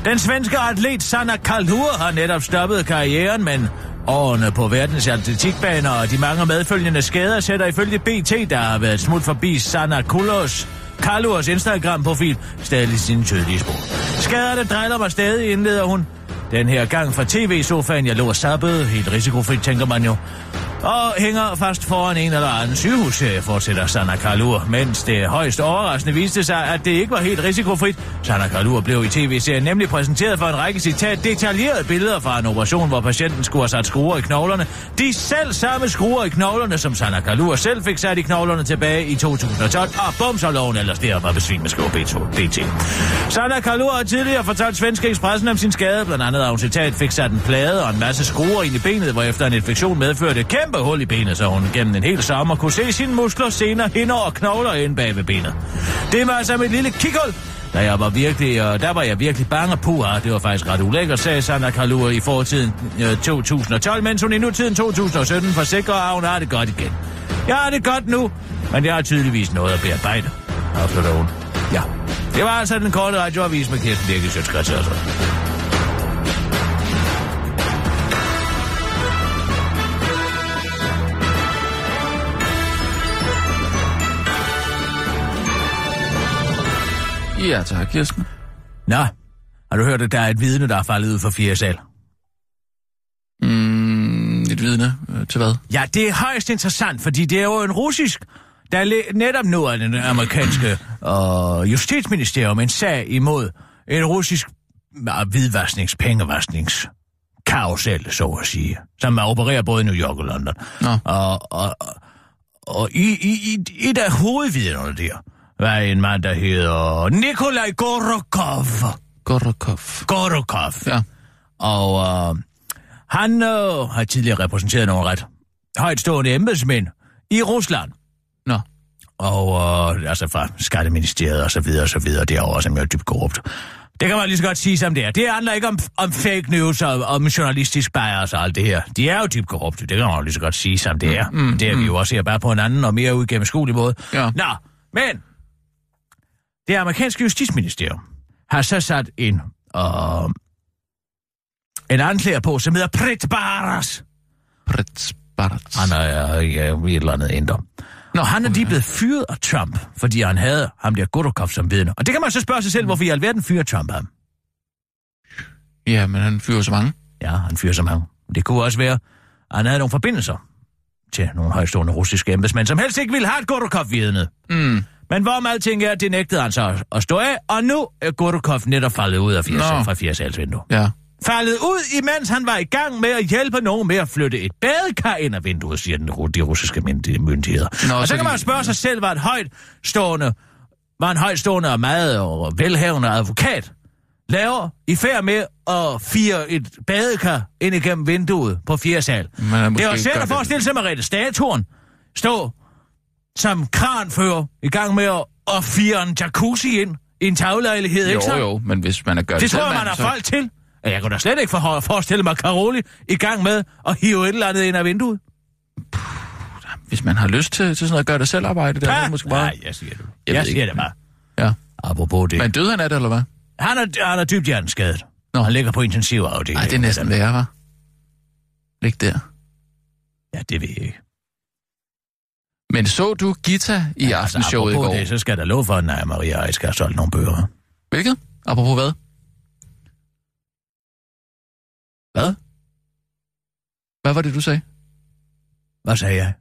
Speaker 4: Den svenske atlet Sanna Kaldur har netop stoppet karrieren, men årene på verdens atletikbaner og de mange medfølgende skader sætter ifølge BT, der har været smut forbi Sanna Kulos Kalurs Instagram-profil, stadig sine tydelige spor. Skaderne drejler mig stadig, indleder hun. Den her gang fra tv-sofaen, jeg lå og sappede, helt risikofrit, tænker man jo. Og hænger fast foran en eller anden sygehus, øh, fortsætter Sanna Kalur, mens det højst overraskende viste sig, at det ikke var helt risikofrit. Sanna Kalur blev i tv-serien nemlig præsenteret for en række citat detaljerede billeder fra en operation, hvor patienten skulle have sat skruer i knoglerne. De selv samme skruer i knoglerne, som Sanna Kalur selv fik sat i knoglerne tilbage i 2012, og bum, så loven ellers der var besvimet, skriver BT. Sanna Kalur har tidligere fortalt Svenske Expressen om sin skade, blandt andet at hun citat fik sat en plade og en masse skruer ind i benet, hvorefter en infektion medførte et kæmpe hul i benet, så hun gennem en hel sommer kunne se sine muskler, sener, hinder og knogler inde bag ved benet. Det var altså mit lille kikhul, da jeg var virkelig, og der var jeg virkelig bange og puha. Det var faktisk ret ulækkert, sagde Sandra Kalur i fortiden øh, 2012, mens hun i nutiden 2017 forsikrer, at hun har det godt igen. Jeg har det godt nu, men jeg har tydeligvis noget at bearbejde. Afslutter hun. Ja. Det var altså den korte radioavis med Kirsten Birgit Sjøtskrets altså.
Speaker 5: Ja, tak, Kirsten.
Speaker 4: Nå, har du hørt, at der er et vidne, der er faldet ud for fjerde sal?
Speaker 5: Mm, et vidne øh, til hvad?
Speaker 4: Ja, det er højst interessant, fordi det er jo en russisk, der le- netop nu er den amerikanske øh, justitsministerium en sag imod en russisk øh, hvidvasknings, pengevasknings karusel, så at sige, som opererer både i New York og London.
Speaker 5: Nå.
Speaker 4: Og, og, og i, i, i, et af hovedvidnerne der var en mand, der hedder Nikolaj Gorokov.
Speaker 5: Gorokov.
Speaker 4: Gorokov.
Speaker 5: Ja.
Speaker 4: Og øh, han øh, har tidligere repræsenteret nogle ret højtstående embedsmænd i Rusland.
Speaker 5: Nå.
Speaker 4: Og øh, altså fra Skatteministeriet og så videre og så videre. Det er jo også er dybt korrupt. Det kan man lige så godt sige som det er. Det handler ikke om, om fake news og om journalistisk bias og alt det her. De er jo dybt korrupte, det kan man jo lige så godt sige som det er. Mm, det er mm. vi jo også her bare på en anden og mere uigennemskuelig måde.
Speaker 5: Ja.
Speaker 4: Nå, men det amerikanske justitsministerium har så sat en, øh, en anklager på, som hedder Prit Baras.
Speaker 5: Pretsparts.
Speaker 4: Han er øh, ja, et eller andet indre. Nå, han er lige blevet fyret af Trump, fordi han havde ham der Godokov som vidne. Og det kan man så spørge sig selv, hvorfor i alverden fyrer Trump ham?
Speaker 5: Ja, men han fyrer så mange.
Speaker 4: Ja, han fyrer som ham. Det kunne også være, at han havde nogle forbindelser til nogle højstående russiske embedsmænd, som helst ikke ville have et Godokov-vidne.
Speaker 5: Mm.
Speaker 4: Men hvorom alting er, det nægtede han så at stå af, og nu er Godokov netop faldet ud af 80,
Speaker 5: Nå.
Speaker 4: fra 80 vindue.
Speaker 5: Ja.
Speaker 4: Faldet ud, imens han var i gang med at hjælpe nogen med at flytte et badekar ind af vinduet, siger den, ru- de russiske mynd- myndigheder.
Speaker 5: Nå,
Speaker 4: Nå, og så,
Speaker 5: så
Speaker 4: kan
Speaker 5: de-
Speaker 4: man jo spørge sig selv, var, et højtstående, var en højtstående og meget og velhavende advokat laver i færd med at fire et badekar ind igennem vinduet på fjerde sal.
Speaker 5: Men han
Speaker 4: Det
Speaker 5: måske
Speaker 4: er jo
Speaker 5: ikke
Speaker 4: svært
Speaker 5: gør
Speaker 4: at
Speaker 5: det.
Speaker 4: forestille sig, at Mariette Statuen stå som kranfører i gang med at, at fire en jacuzzi ind i en taglejlighed, ikke
Speaker 5: Jo,
Speaker 4: så?
Speaker 5: jo, men hvis man er gør
Speaker 4: Det tror jeg,
Speaker 5: selv,
Speaker 4: man har
Speaker 5: så-
Speaker 4: folk til. Og Jeg kunne da slet ikke for, forestille mig Karoli i gang med at hive et eller andet ind af vinduet.
Speaker 5: Hvis man har lyst til, til sådan noget gør det selv arbejde, der er
Speaker 4: Ah,
Speaker 5: måske bare...
Speaker 4: Nej, jeg siger det.
Speaker 5: Jeg
Speaker 4: Jeg,
Speaker 5: ved
Speaker 4: jeg
Speaker 5: ikke.
Speaker 4: siger det bare.
Speaker 5: Ja.
Speaker 4: Apropos det.
Speaker 5: Men
Speaker 4: Men...
Speaker 5: døde han af det, eller hvad?
Speaker 4: Han, er, han er dybt hjerneskadet. Når han ligger på intensivafdelingen.
Speaker 5: Nej, det er næsten værre, var. Ikke der.
Speaker 4: Ja, det ved jeg ikke.
Speaker 5: Men så du Gita i ja, aftenshowet i
Speaker 4: altså, apropos
Speaker 5: går?
Speaker 4: det, så skal der lov for, at Naja Maria Eis skal have solgt nogle bøger.
Speaker 5: Hvilket? Apropos hvad? Hvad? Hvad var det, du sagde?
Speaker 4: Hvad sagde jeg?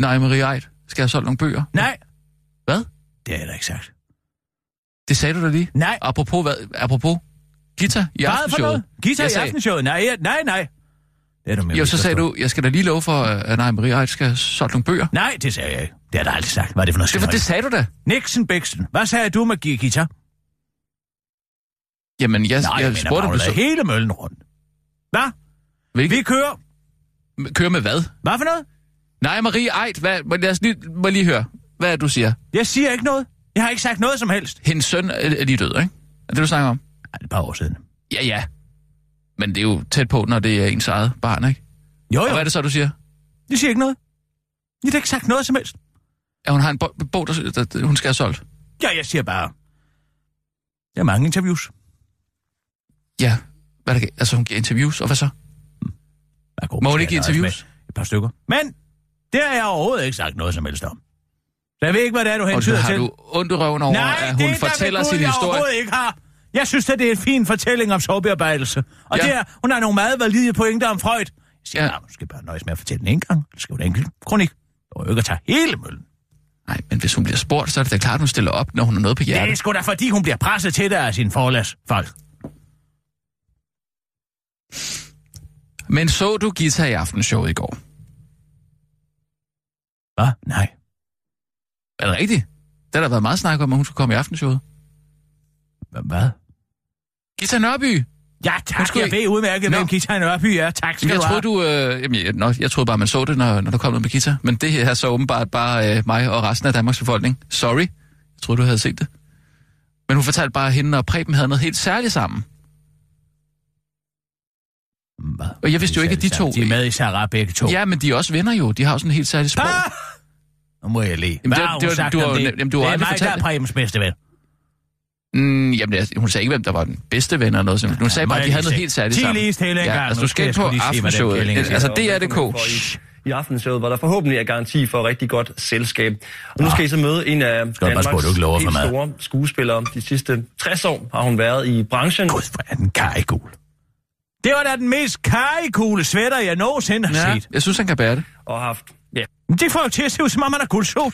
Speaker 5: Nej, Marie Eid skal have solgt nogle bøger.
Speaker 4: Nej,
Speaker 5: Hvad?
Speaker 4: det er da ikke sagt.
Speaker 5: Det sagde du da lige.
Speaker 4: Nej,
Speaker 5: Apropos hvad? Apropos Gita
Speaker 4: bare for
Speaker 5: i
Speaker 4: noget.
Speaker 5: aftenshowet.
Speaker 4: Guitar
Speaker 5: Jeg
Speaker 4: i
Speaker 5: sagde-
Speaker 4: aftenshowet. Nej, jeg- nej, nej. Det er du med
Speaker 5: Jo, så sagde du, jeg skal da lige love for, at nej, Marie Eid skal have solgt nogle bøger.
Speaker 4: Nej, det sagde jeg ikke. Det har jeg da aldrig sagt. Hvad er det for noget?
Speaker 5: Det, var,
Speaker 4: svineri?
Speaker 5: det sagde du da.
Speaker 4: Nixon Bixen, hvad sagde du med Gita?
Speaker 5: Jamen, jeg,
Speaker 4: Nej,
Speaker 5: jeg, jeg spurgte, om
Speaker 4: mener,
Speaker 5: du
Speaker 4: du
Speaker 5: så...
Speaker 4: hele møllen rundt. Hvad?
Speaker 5: Hvilket?
Speaker 4: Vi kører.
Speaker 5: Kører med hvad?
Speaker 4: Hvad for noget?
Speaker 5: Nej, Marie Eid, hvad, må- lad os lige, må jeg lige høre, hvad er det, du siger.
Speaker 4: Jeg siger ikke noget. Jeg har ikke sagt noget som helst.
Speaker 5: Hendes søn er, er lige død, ikke? Er det, du snakker om?
Speaker 4: Ej, det er et par år siden.
Speaker 5: Ja, ja. Men det er jo tæt på, når det er ens eget barn, ikke?
Speaker 4: Jo,
Speaker 5: Og
Speaker 4: jo.
Speaker 5: hvad er det så, du siger?
Speaker 4: Jeg siger ikke noget. Jeg har ikke sagt noget som helst.
Speaker 5: At hun har en bo- bog, der, der, der, hun skal have solgt?
Speaker 4: Ja, jeg siger bare... Jeg har mange interviews.
Speaker 5: Ja. Hvad er det, altså, hun giver interviews, og hvad så?
Speaker 4: Jeg kunne
Speaker 5: Må hun
Speaker 4: måske
Speaker 5: ikke give
Speaker 4: nøjes med
Speaker 5: interviews?
Speaker 4: Et par stykker. Men det har jeg overhovedet ikke sagt noget som helst om. Så jeg ved ikke, hvad det er, du
Speaker 5: Og så
Speaker 4: hentyder
Speaker 5: har
Speaker 4: til.
Speaker 5: du ondt i røven over,
Speaker 4: Nej,
Speaker 5: at hun
Speaker 4: det er
Speaker 5: fortæller
Speaker 4: der,
Speaker 5: sin
Speaker 4: jeg
Speaker 5: historie.
Speaker 4: overhovedet ikke har. Jeg synes, at det er en fin fortælling om sovebearbejdelse. Og
Speaker 5: Ja.
Speaker 4: ja. det er, hun har nogle meget valide pointer om Freud. Jeg siger,
Speaker 5: Ja.
Speaker 4: ja. nej, du skal bare nøjes med at fortælle den en gang. Du skal jo en enkelt kronik. Du behøver ikke at tage hele møllen.
Speaker 5: Nej, men hvis hun bliver spurgt, så er det da klart, at hun stiller op, når hun har noget på
Speaker 4: Ja.
Speaker 5: hjertet.
Speaker 4: Det er sgu da, fordi hun bliver presset til det af sin forlagsfolk.
Speaker 5: Men så du Gita i aftenshowet i går?
Speaker 4: Hvad? Nej.
Speaker 5: Er det rigtigt? Der har der været meget snak om, at hun skulle komme i aftenshowet.
Speaker 4: Hva- Hvad?
Speaker 5: Gita Nørby!
Speaker 4: Ja,
Speaker 5: Hun
Speaker 4: tak.
Speaker 5: skulle
Speaker 4: Skulle... Jeg
Speaker 5: ikke-
Speaker 4: ved udmærket,
Speaker 5: Nå.
Speaker 4: hvem Gita Nørby er. Tak skal
Speaker 5: Jamen, jeg
Speaker 4: du
Speaker 5: troede,
Speaker 4: have.
Speaker 5: du, øh, jamen, jeg, nå, jeg troede bare, man så det, når, når der kom noget med Gita. Men det her er så åbenbart bare øh, mig og resten af Danmarks befolkning. Sorry. Jeg troede, du havde set det. Men hun fortalte bare, at hende og Preben havde noget helt særligt sammen.
Speaker 4: Hvad?
Speaker 5: Og jeg vidste jo ikke, at de to...
Speaker 4: De er med i Sarah begge to.
Speaker 5: Ja, men de er også venner jo. De har jo sådan en helt særlig sprog.
Speaker 4: Ah! Nu må jeg lige.
Speaker 5: Jamen,
Speaker 4: Hvad
Speaker 5: det-
Speaker 4: har hun
Speaker 5: det var-
Speaker 4: sagt
Speaker 5: du har
Speaker 4: om
Speaker 5: jo
Speaker 4: det?
Speaker 5: nem- jamen, du har
Speaker 4: det er mig,
Speaker 5: aldrig
Speaker 4: der
Speaker 5: fortalt
Speaker 4: er
Speaker 5: det.
Speaker 4: Prebens bedste ven.
Speaker 5: Mm, jamen, altså, hun sagde ikke, hvem der var den bedste ven eller noget. sådan. Hun sagde
Speaker 4: må
Speaker 5: bare, at de
Speaker 4: jeg
Speaker 5: havde
Speaker 4: lige
Speaker 5: noget
Speaker 4: se.
Speaker 5: helt særligt
Speaker 4: Ti
Speaker 5: sammen.
Speaker 4: lige stille en gang.
Speaker 5: altså,
Speaker 4: Nu
Speaker 5: du
Speaker 4: skal
Speaker 5: skal
Speaker 4: jeg
Speaker 5: ind på
Speaker 4: sgu lige se, hvad den
Speaker 5: aftenshowet.
Speaker 4: kælling siger.
Speaker 5: Altså,
Speaker 8: det er
Speaker 5: DRDK.
Speaker 8: det
Speaker 5: Shh.
Speaker 8: I aftenshowet, hvor der forhåbentlig er garanti for rigtig godt selskab. Og nu skal I så møde en af
Speaker 4: bare spørge, du
Speaker 8: Danmarks
Speaker 4: ikke lover for
Speaker 8: helt
Speaker 4: meget.
Speaker 8: store skuespillere. De sidste 60 år har hun været i branchen.
Speaker 4: Gud, hvor er den karikul. Det var da den mest karikule sweater, jeg nogensinde har
Speaker 5: Ja,
Speaker 4: set.
Speaker 5: jeg synes, han kan bære det.
Speaker 8: og haft ja,
Speaker 4: Men Det får jo til at se ud, som om man har guldsot.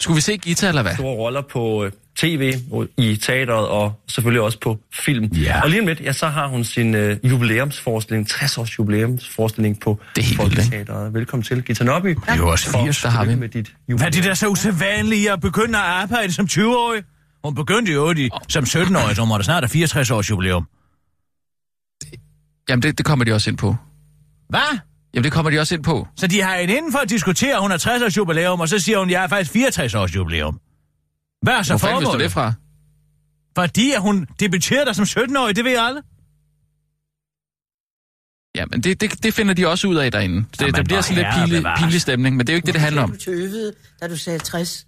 Speaker 5: Skulle vi se Gita eller hvad?
Speaker 8: store roller på øh, tv, og i teateret og selvfølgelig også på film.
Speaker 4: Ja.
Speaker 8: Og lige om lidt, ja, så har hun sin øh, jubilæumsforestilling, 60-års jubilæumsforestilling på
Speaker 5: Det er helt vildt, ikke?
Speaker 8: Folketeateret. Velkommen til, Gita Nørby. Det
Speaker 4: er jo også 80,
Speaker 5: der har vi.
Speaker 8: Med dit
Speaker 4: Hvad er
Speaker 8: jubilæum.
Speaker 4: det der så usædvanlige at begynde at arbejde som 20-årig? Hun begyndte jo i, som 17-årig, så hun måtte snart have 64 års jubilæum.
Speaker 5: Jamen, det, det kommer de også ind på.
Speaker 4: Hvad?
Speaker 5: Jamen, det kommer de også ind på.
Speaker 4: Så de har en inden for at diskutere, at hun har 60 års jubilæum, og så siger hun, at jeg er faktisk 64 års jubilæum. Hvad er så
Speaker 5: Hvor fanden vidste du
Speaker 4: formålet?
Speaker 5: det fra?
Speaker 4: Fordi at hun debuterede dig som 17-årig, det ved alle.
Speaker 5: Ja, men det, det, det finder de også ud af derinde. Det,
Speaker 4: Jamen,
Speaker 5: der bliver
Speaker 4: hvor
Speaker 5: sådan lidt
Speaker 4: herre
Speaker 5: pinlig,
Speaker 4: bevares.
Speaker 5: pinlig stemning, men det er jo ikke det, det handler om.
Speaker 9: Du tøvede, da du sagde 60.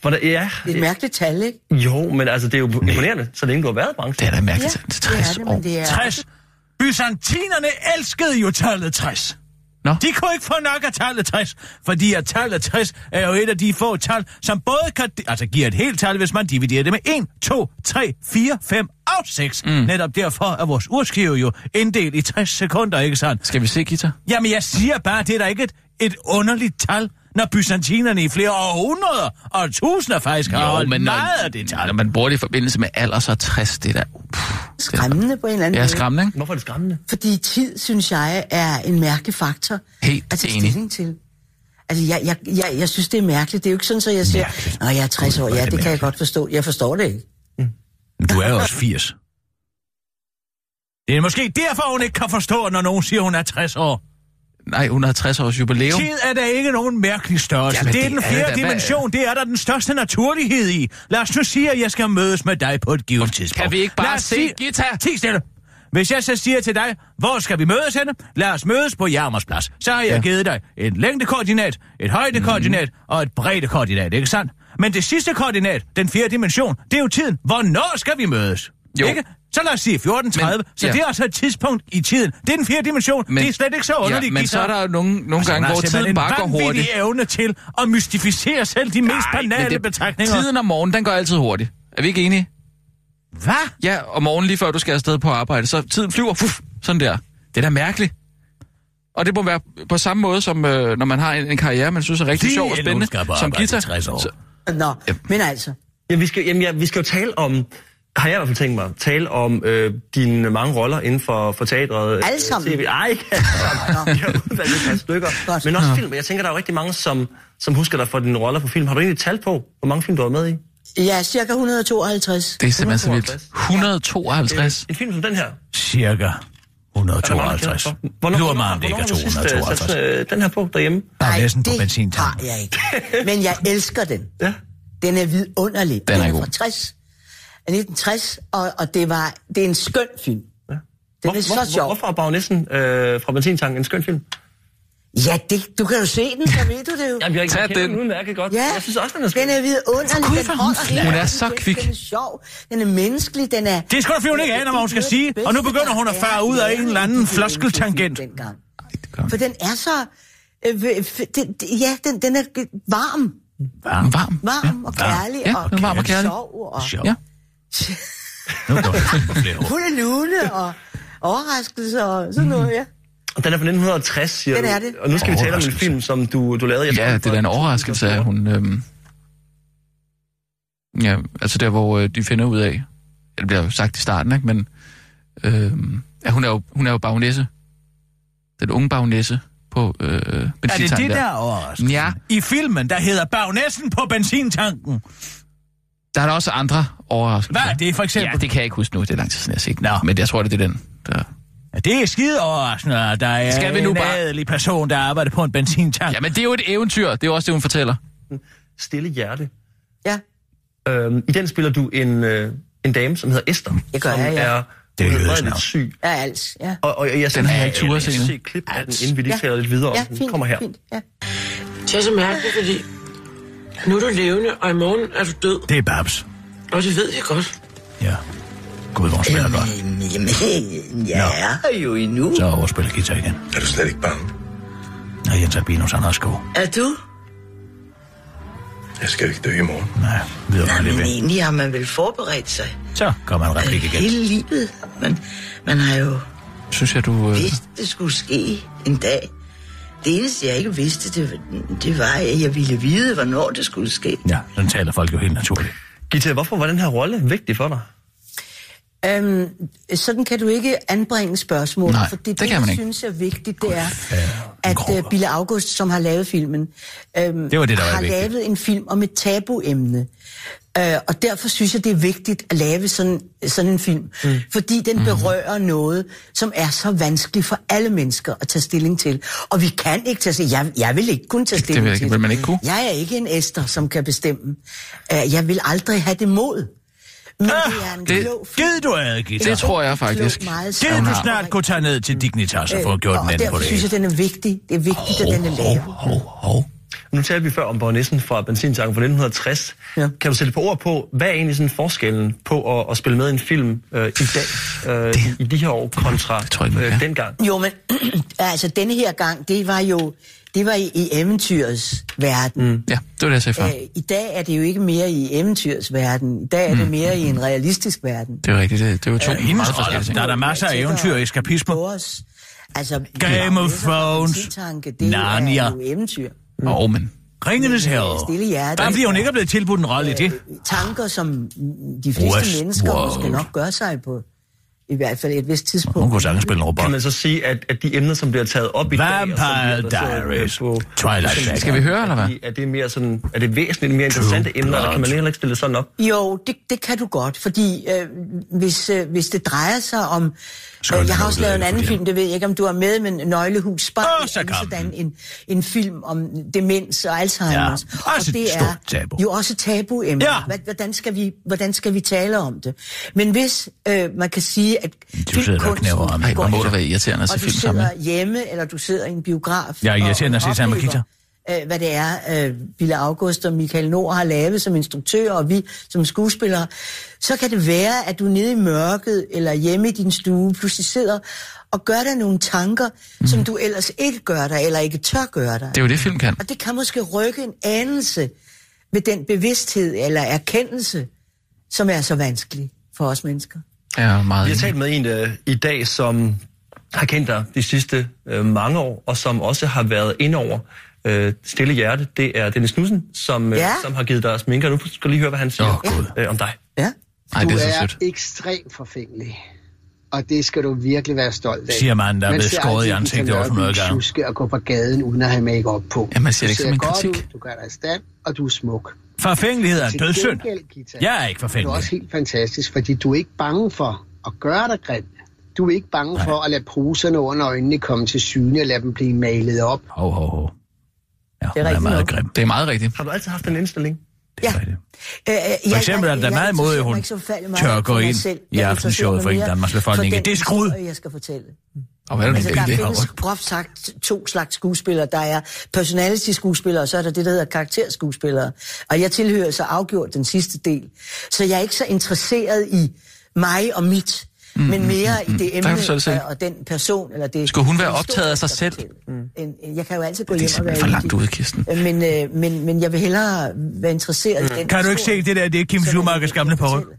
Speaker 8: Hvordan, ja,
Speaker 9: Det er et mærkeligt tal, ikke?
Speaker 8: jo, men altså, det er jo imponerende, så længe du har været i
Speaker 5: Det
Speaker 8: branchen.
Speaker 5: er da mærkeligt. Ja, 60
Speaker 9: det,
Speaker 5: år.
Speaker 9: men det er...
Speaker 4: 60. Byzantinerne elskede jo tallet 60.
Speaker 5: Nå.
Speaker 4: De kunne ikke få nok af tallet 60, fordi at tallet 60 er jo et af de få tal, som både kan... Altså giver et helt tal, hvis man dividerer det med 1, 2, 3, 4, 5 og 6. Mm. Netop derfor er vores urskive jo inddelt i 60 sekunder, ikke sandt?
Speaker 5: Skal vi se, guitar?
Speaker 4: Jamen jeg siger bare, det er da ikke et, et underligt tal, når byzantinerne i flere århundreder og tusinder faktisk har holdt meget af det
Speaker 5: når
Speaker 4: tal.
Speaker 5: man bruger det i forbindelse med alder, så er 60, det der...
Speaker 9: skræmmende på en eller anden
Speaker 5: Ja,
Speaker 9: måde.
Speaker 5: skræmmende, ikke?
Speaker 8: Hvorfor er det skræmmende?
Speaker 9: Fordi tid, synes jeg, er en mærkefaktor
Speaker 5: Helt
Speaker 9: at tage
Speaker 5: enig.
Speaker 9: stilling til. Altså, jeg, jeg, jeg, jeg synes, det er mærkeligt. Det er jo ikke sådan, at jeg siger,
Speaker 4: Mærkeligt.
Speaker 9: Nå, jeg er 60 år,
Speaker 4: Hvor er
Speaker 9: ja,
Speaker 4: det
Speaker 9: det kan jeg
Speaker 4: mærkeligt.
Speaker 9: godt forstå. Jeg forstår det ikke.
Speaker 4: Du er jo også 80. Det er måske derfor, hun ikke kan forstå, når nogen siger, hun er 60 år.
Speaker 5: Nej, 150 års jubilæum.
Speaker 4: Tid er da ikke nogen mærkelig størrelse.
Speaker 5: Jamen,
Speaker 4: det er
Speaker 5: det
Speaker 4: den
Speaker 5: er
Speaker 4: fjerde
Speaker 5: det da. Hvad-
Speaker 4: dimension. Det er der den største naturlighed i. Lad os nu sige, at jeg skal mødes med dig på et givet tidspunkt.
Speaker 5: Kan vi ikke bare
Speaker 4: Lad os
Speaker 5: se
Speaker 4: sige-
Speaker 5: Gita?
Speaker 4: Ti stille. Hvis jeg så siger til dig, hvor skal vi mødes henne? Lad os mødes på Jarmersplads. Så har jeg ja. givet dig et længdekoordinat, et højdekoordinat
Speaker 5: Mhm.
Speaker 4: mm. og et breddekoordinat, ikke sandt? Men det sidste koordinat, den fjerde dimension, det er jo tiden. Hvornår skal vi mødes?
Speaker 5: Jo.
Speaker 4: Ikke? Så lad os sige 14.30,
Speaker 5: Men-
Speaker 4: så
Speaker 5: ja.
Speaker 4: det er også et tidspunkt i tiden. Det er den fjerde dimension,
Speaker 5: Men-
Speaker 4: det er slet ikke så underligt.
Speaker 5: Ja, men
Speaker 4: Gita.
Speaker 5: så er der jo nogle, nogle
Speaker 4: Altså,
Speaker 5: gange,
Speaker 4: der er
Speaker 5: hvor
Speaker 4: simpelthen
Speaker 5: tiden bare går
Speaker 4: en
Speaker 5: hurtigt.
Speaker 4: vanvittig evne til at mystificere selv de mest
Speaker 5: Nej,
Speaker 4: banale
Speaker 5: men det-
Speaker 4: betragtninger.
Speaker 5: Tiden om morgenen, den går altid hurtigt. Er vi ikke enige?
Speaker 4: Hvad?
Speaker 5: Ja, om morgenen lige før du skal afsted på arbejde, så tiden flyver, puf, sådan der. Det er da mærkeligt. Og det må være på samme måde, som øh, når man har en, en karriere, man synes er rigtig
Speaker 4: Lige
Speaker 5: sjov og
Speaker 4: inden
Speaker 5: spændende.
Speaker 4: hun skal på
Speaker 5: som
Speaker 4: arbejde i
Speaker 5: guitar.
Speaker 4: 60 år.
Speaker 5: Så,
Speaker 9: Nå, men altså,
Speaker 8: Jamen, vi skal, jamen, ja, vi skal jo tale om, har jeg i hvert fald tænkt mig, tale om øh, dine mange roller inden for, for teatret.
Speaker 9: Alle sammen?
Speaker 8: TV. Ej, ikke alle sammen. Jeg har udvalgt et par stykker.
Speaker 9: Godt.
Speaker 8: Men også film. Jeg tænker, der er jo rigtig mange, som, som husker dig for dine roller på film. Har du egentlig talt på, hvor mange film du har været med i?
Speaker 9: ja, cirka 152.
Speaker 5: det er simpelthen så vildt. 152.
Speaker 8: En film som den her. Er
Speaker 4: Cirka
Speaker 8: der mange, der kender
Speaker 4: 152.
Speaker 8: for?
Speaker 4: Lurer mig, om det ikke er
Speaker 8: hvornår har du sidst, øh,
Speaker 4: 252.
Speaker 8: sat, øh, den her på derhjemme.
Speaker 4: Der er næsten på
Speaker 9: det
Speaker 4: benzintanken.
Speaker 9: har jeg ikke. Men jeg elsker den.
Speaker 8: Ja.
Speaker 9: Den er vidunderlig. Den,
Speaker 5: er
Speaker 9: den er
Speaker 5: god.
Speaker 9: fra 60. Er 1960, og, og det, var, det er en skøn film. Ja. Den
Speaker 8: Hvor,
Speaker 9: er så
Speaker 8: hvor,
Speaker 9: sjov.
Speaker 8: hvor, hvorfor er Bagnæssen øh, fra Benzintanken en skøn film?
Speaker 9: Ja, det, du kan jo se den, så ved du det jo.
Speaker 8: Jamen, jeg,
Speaker 5: Tag
Speaker 8: jeg kender
Speaker 5: den.
Speaker 8: den udmærket godt.
Speaker 9: Ja,
Speaker 8: Jeg synes også, den er skøn.
Speaker 9: den er vidunderlig.
Speaker 5: Gud,
Speaker 9: Den
Speaker 5: hvor er hun
Speaker 9: holder
Speaker 5: flot.
Speaker 9: hele
Speaker 5: Hun er
Speaker 9: tiden.
Speaker 5: så kvik.
Speaker 9: Den er sjov, den er menneskelig, den er...
Speaker 4: Det skal du flyve ikke an, hvad hun skal sige. Og nu begynder hun at fare ud af en eller anden floskeltangent.
Speaker 9: Dengang. For den er så... Øh, øh, f- den, den- ja, den, den er varm.
Speaker 5: Varm. Varm.
Speaker 9: Varm og kærlig.
Speaker 5: Ja,
Speaker 9: og
Speaker 5: den er varm og kærlig.
Speaker 9: Sjov, og
Speaker 4: Sjov.
Speaker 5: Ja.
Speaker 4: Nu går det på flere år.
Speaker 9: fuld af lune og overraskelse og sådan noget, ja.
Speaker 8: Og Mm. Den er fra 1960, siger
Speaker 9: Den
Speaker 8: du.
Speaker 9: er det.
Speaker 8: Og nu skal vi tale om en film, som du, du lavede. Jeg tror,
Speaker 5: ja, det er da en
Speaker 8: for-
Speaker 5: overraskelse, at hun... Øhm, ja, altså der, hvor øh, de finder ud af... ja, Det bliver jo sagt i starten, ikke? Men øhm, ja, hun, er jo, hun er jo bagnæsse. Den unge bagnæsse på øh,
Speaker 4: Er det
Speaker 5: benzintanken
Speaker 4: det, der
Speaker 5: der.
Speaker 4: er overraskende?
Speaker 5: Ja.
Speaker 4: I filmen, der hedder Bagnæssen på benzintanken.
Speaker 5: Der er der også andre overraskelser.
Speaker 4: Hvad er det for
Speaker 5: Ja,
Speaker 4: eksempel?
Speaker 5: det kan jeg ikke huske nu. Det er lang tid siden, jeg har set den.
Speaker 4: Nå.
Speaker 5: Men jeg tror, det er den, der...
Speaker 4: Ja, det er skide overraskende, at der er
Speaker 5: Skal vi nu
Speaker 4: en
Speaker 5: bare-
Speaker 4: adelig person, der arbejder på en benzintank.
Speaker 5: Jamen, det er jo et eventyr. Det er jo også det, hun fortæller.
Speaker 8: Stille Hjerte.
Speaker 9: Ja,
Speaker 8: Øhm, I den spiller du en, øh, en dame, som hedder Esther.
Speaker 9: Det gør
Speaker 8: som
Speaker 9: jeg, ja.
Speaker 8: er
Speaker 4: Det er et jødisk
Speaker 8: uhelbredeligt
Speaker 4: navn.
Speaker 8: syg.
Speaker 9: ja, altså, ja.
Speaker 8: Og, og jeg
Speaker 5: Den har jeg ikke tur at se endnu.
Speaker 8: se et klip af den, inden vi lige taler lidt videre om
Speaker 9: ja,
Speaker 8: den.
Speaker 9: fint,
Speaker 8: Kommer her.
Speaker 9: Fint, ja.
Speaker 10: Det er så mærkeligt, fordi nu er du levende, og i morgen er du død.
Speaker 4: Det er Babs.
Speaker 10: Og det ved jeg godt.
Speaker 4: Ja. Gud, hvor hun spiller godt.
Speaker 9: Jamen, jeg er her jo endnu.
Speaker 4: Så overspiller guitar igen.
Speaker 11: Er du slet ikke bange?
Speaker 4: Nej, Jens Albinus, han er også god.
Speaker 9: Er du?
Speaker 11: Jeg skal jo ikke dø i morgen.
Speaker 4: Nej, vidunderlig
Speaker 9: Men
Speaker 4: ven.
Speaker 9: egentlig har man vel forberedt sig
Speaker 4: Så kommer en replik igen.
Speaker 9: hele livet. Man, man har jo
Speaker 5: Synes jeg, du... Øh...
Speaker 9: vidst, det skulle ske en dag. Det eneste, jeg ikke vidste, det, det var, at jeg ville vide, hvornår det skulle ske.
Speaker 4: Ja, sådan taler folk jo helt naturligt.
Speaker 8: Gita, hvorfor var den her rolle vigtig for dig?
Speaker 9: Øhm, sådan kan du ikke anbringe spørgsmål,
Speaker 5: Nej,
Speaker 9: fordi
Speaker 5: det
Speaker 9: det,
Speaker 5: kan
Speaker 9: jeg
Speaker 5: man ikke.
Speaker 9: synes er vigtigt, det er,
Speaker 4: en
Speaker 9: at
Speaker 4: krog.
Speaker 9: uh, Bille August, som har lavet filmen, øhm,
Speaker 4: Det var det, der var
Speaker 9: har
Speaker 4: vigtigt.
Speaker 9: lavet en film om et tabuemne. Øh, og derfor synes jeg, det er vigtigt at lave sådan, sådan en film, mm. fordi den
Speaker 5: Mhm.
Speaker 9: berører noget, som er så vanskeligt for alle mennesker at tage stilling til. Og vi kan ikke tage stilling. Jeg, jeg vil ikke kunne tage
Speaker 5: Det
Speaker 9: stilling
Speaker 5: vil jeg ikke.
Speaker 9: til
Speaker 5: Vil man ikke kunne?
Speaker 9: Jeg er ikke en Esther, som kan bestemme. Øh, Jeg vil aldrig have det mod. Men det er en
Speaker 5: Ah, det-
Speaker 9: klog film.
Speaker 4: Gid du ad, Gita.
Speaker 5: Det tror jeg
Speaker 9: klog,
Speaker 5: faktisk.
Speaker 9: meget
Speaker 4: Gid
Speaker 9: smart
Speaker 4: du
Speaker 9: og
Speaker 4: snart
Speaker 9: rigtig.
Speaker 4: kunne tage ned til Dignitas og få gjort
Speaker 9: Øh, og
Speaker 4: en anden på
Speaker 9: derfor
Speaker 4: det.
Speaker 9: synes jeg, den er vigtig. Det er vigtigt, at den er lavet.
Speaker 4: hov, hov.
Speaker 8: Nu talte vi før om Bornessen fra Benzintanken fra 1960.
Speaker 9: Ja.
Speaker 8: Ja. Kan du sætte et par ord på, hvad er egentlig sådan forskellen på at, at spille med i en film øh, i dag, øh, i, i de her år, kontra
Speaker 5: tror jeg, man
Speaker 8: øh,
Speaker 5: kan.
Speaker 8: dengang?
Speaker 9: Jo, men altså denne her gang, det var jo det var i, i eventyrets verden. Mm.
Speaker 5: Ja, det var det, jeg sagde før.
Speaker 9: Øh, I dag er det jo ikke mere i eventyrets verden. I dag er det
Speaker 8: Mm.
Speaker 9: mere i en realistisk verden.
Speaker 5: Det er rigtigt. Det, det var to øh, meget forskellige
Speaker 4: roller.
Speaker 5: ting.
Speaker 4: Der er da masser af eventyr og eskapisme.
Speaker 9: På os. Altså,
Speaker 4: Game of
Speaker 9: Læser fra
Speaker 4: Thrones.
Speaker 9: Benzintanke, Det Narnia.
Speaker 4: Narnia.
Speaker 9: er jo eventyr.
Speaker 5: Åh, oh, men...
Speaker 4: Ringenes herre.
Speaker 9: Stille hjerte.
Speaker 4: Bare fordi hun ikke er blevet tilbudt en rolle i det.
Speaker 9: Tanker, som de fleste
Speaker 4: West
Speaker 9: mennesker
Speaker 4: World.
Speaker 9: måske nok gør sig på. I hvert fald et vist tidspunkt.
Speaker 4: Hun kunne sagtens spille en robot.
Speaker 8: Kan man så sige, at, at de emner, som bliver taget op i
Speaker 4: Vampire
Speaker 8: dag... og som bliver adresseret, øh,
Speaker 4: Diaries.
Speaker 8: på-
Speaker 4: Twilight
Speaker 8: Som-
Speaker 4: Saga.
Speaker 5: Skal vi høre, eller hvad?
Speaker 8: Er de- Er det, mere sådan, er det væsentligt mere interessante emner, eller kan man heller ikke stille det sådan op?
Speaker 9: Jo, det, det kan du godt, fordi øh, hvis, øh, hvis det drejer sig om...
Speaker 4: Skal
Speaker 9: Øh,
Speaker 4: du
Speaker 9: jeg har
Speaker 4: lukke
Speaker 9: også lavet en
Speaker 4: af for
Speaker 9: anden
Speaker 4: det her?
Speaker 9: film, det ved jeg ikke, om du er med, men Nøglehus Spejl
Speaker 4: Åh, så kom
Speaker 9: sådan en, en film om demens og Alzheimer's.
Speaker 4: Ja, også
Speaker 9: og
Speaker 4: et
Speaker 9: det er
Speaker 4: stort tabu.
Speaker 9: jo også tabu, Emma.
Speaker 4: Ja.
Speaker 9: Hva- Hvordan, skal vi, hvordan skal vi tale om det? Men hvis øh, man kan sige, at
Speaker 4: sidder der og knæver om.
Speaker 5: Ej, hvor må det være irriterende at
Speaker 9: og
Speaker 5: se
Speaker 9: du
Speaker 5: film sammen
Speaker 9: sidder
Speaker 5: med.
Speaker 9: hjemme, eller du sidder i en biograf.
Speaker 4: Ja, irriterende
Speaker 9: og
Speaker 4: at se sammen med
Speaker 9: oplever, øh, Hvad det er, øh, Bille August og Michael Nord har lavet som instruktører, og vi som skuespillere. Så kan det være, at du nede i mørket, eller hjemme i din stue, pludselig sidder og gør dig nogle tanker,
Speaker 4: Mhm.
Speaker 9: mm. som du ellers ikke gør dig, eller ikke tør gøre dig.
Speaker 5: Det er jo det, film kan.
Speaker 9: Og det kan måske rykke en anelse ved den bevidsthed eller erkendelse, som er så vanskelig for os mennesker.
Speaker 5: Jeg er meget
Speaker 8: Vi har
Speaker 5: enig.
Speaker 8: talt med en øh, i dag, som Mm. har kendt dig de sidste øh, mange år, og som også har været ind over øh, Stille Hjerte. Det er Dennis Knudsen, som, øh,
Speaker 9: Ja.
Speaker 8: som har givet dig sminker. Nu skal du lige høre, hvad han siger
Speaker 5: Åh, Gud.
Speaker 8: øh, om dig.
Speaker 9: Ja.
Speaker 5: Ej, det er så sødt.
Speaker 11: ekstremt forfængelig. Og det skal du virkelig være stolt af.
Speaker 4: Siger manden, der er
Speaker 11: Man
Speaker 4: blevet
Speaker 11: ser
Speaker 4: skåret
Speaker 11: aldrig
Speaker 4: i
Speaker 11: Gita
Speaker 4: ansigtet over for
Speaker 11: Nørby
Speaker 4: noget gang.
Speaker 11: sjuske og gå på gaden uden at have makeup på.
Speaker 5: Ja, man ser det ikke
Speaker 11: Du
Speaker 5: som en
Speaker 11: ser godt
Speaker 5: kritik.
Speaker 11: Ud, du gør dig i stand, og du er smuk.
Speaker 4: Forfængelighed er
Speaker 11: Til
Speaker 4: dødssynd.
Speaker 11: gengæld, Gita,
Speaker 4: Jeg er ikke
Speaker 11: Du er
Speaker 4: forfængelig.
Speaker 11: også helt fantastisk, fordi du er ikke bange for at gøre dig grim. Du er ikke bange Nej. for at lade bruserne under øjnene komme til syne og lade dem blive malet op.
Speaker 4: Hov, hov, hov. Ja, hun er
Speaker 9: rigtigt
Speaker 4: meget
Speaker 9: nok.
Speaker 4: grim.
Speaker 5: Det er meget rigtigt.
Speaker 8: Har du altid haft den indstilling?
Speaker 4: Det er
Speaker 9: Ja.
Speaker 4: rigtigt.
Speaker 9: Øh, øh,
Speaker 4: For
Speaker 9: jeg-
Speaker 4: eksempel er
Speaker 9: jeg-
Speaker 4: der
Speaker 9: jeg
Speaker 4: meget
Speaker 9: interesserer
Speaker 4: modig,
Speaker 9: mig
Speaker 4: hun
Speaker 9: ikke så forfærdelig meget
Speaker 4: tør
Speaker 9: for
Speaker 4: gå
Speaker 9: mig
Speaker 4: ind
Speaker 9: selv.
Speaker 4: i
Speaker 9: Jeg
Speaker 4: aftenshowet
Speaker 9: interesserer
Speaker 4: for
Speaker 9: mig
Speaker 4: en
Speaker 9: mere
Speaker 4: Danmarks befolkning.
Speaker 9: for den
Speaker 4: Det er skrud.
Speaker 9: historie, Jeg skal fortælle.
Speaker 5: Og hvad er det,
Speaker 9: Altså,
Speaker 5: det,
Speaker 9: der
Speaker 5: det?
Speaker 9: findes groft sagt to slags skuespillere. Der er personality-skuespillere, og så er der det, der hedder karakterskuespillere. Og jeg tilhører så afgjort den sidste del. Så jeg er ikke så interesseret i mig og mit, men mere i det
Speaker 5: Der
Speaker 9: emne
Speaker 5: kan du selv se.
Speaker 9: og- og den person. Eller det,
Speaker 5: Skulle hun være
Speaker 9: den
Speaker 5: optaget af sig
Speaker 9: historie,
Speaker 5: selv?
Speaker 9: der fortæller. Mm. En- Jeg kan jo altid gå
Speaker 5: Det
Speaker 9: hjem
Speaker 5: er
Speaker 9: og være
Speaker 5: simpelthen for langt
Speaker 9: ude.
Speaker 5: ude, Kirsten.
Speaker 9: Men, øh, men, men jeg vil hellere være interesseret i den
Speaker 4: Kan du ikke
Speaker 9: historie,
Speaker 4: se det der? Det er Kim
Speaker 9: som jeg
Speaker 4: Schumachers
Speaker 9: kan
Speaker 4: gamle
Speaker 9: fortælle.
Speaker 4: peruk.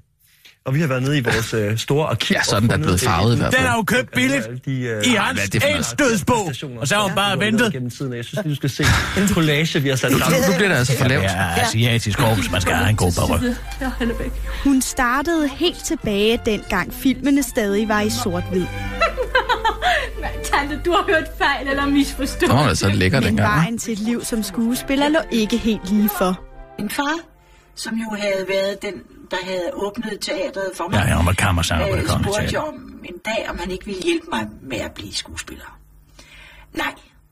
Speaker 8: Og vi har været nede i vores øh, store arkiv.
Speaker 5: Ja, så er den da
Speaker 8: og fundet
Speaker 5: blevet farvet i
Speaker 8: et-
Speaker 5: hvert
Speaker 4: Den
Speaker 5: fald.
Speaker 4: har jo købt billigt i hans
Speaker 5: hvad er det for noget?
Speaker 4: ens dødsbog, og så har hun bare
Speaker 8: Ja.
Speaker 4: ventet.
Speaker 8: Gennem tiden, og jeg synes, du skal se en collage, vi har sat sammen.
Speaker 5: Nu bliver det altså for lavt.
Speaker 4: Ja, asiatisk Aarhus, man skal have en god baryk.
Speaker 12: Hun startede helt tilbage, dengang filmene stadig var i sort-hvid.
Speaker 2: Tante, du har hørt fejl eller misforstået.
Speaker 5: Der var man altså lækker
Speaker 12: Men
Speaker 5: dengang. hva'?
Speaker 12: vejen til et liv som skuespiller lå ikke helt lige for.
Speaker 11: Min far, som jo havde været den, der havde åbnet teatret for mig, Øh,
Speaker 4: Ja, han var kammersanger på det kongelige teater.
Speaker 11: om en dag, om han ikke ville hjælpe mig med at blive skuespiller. Nej,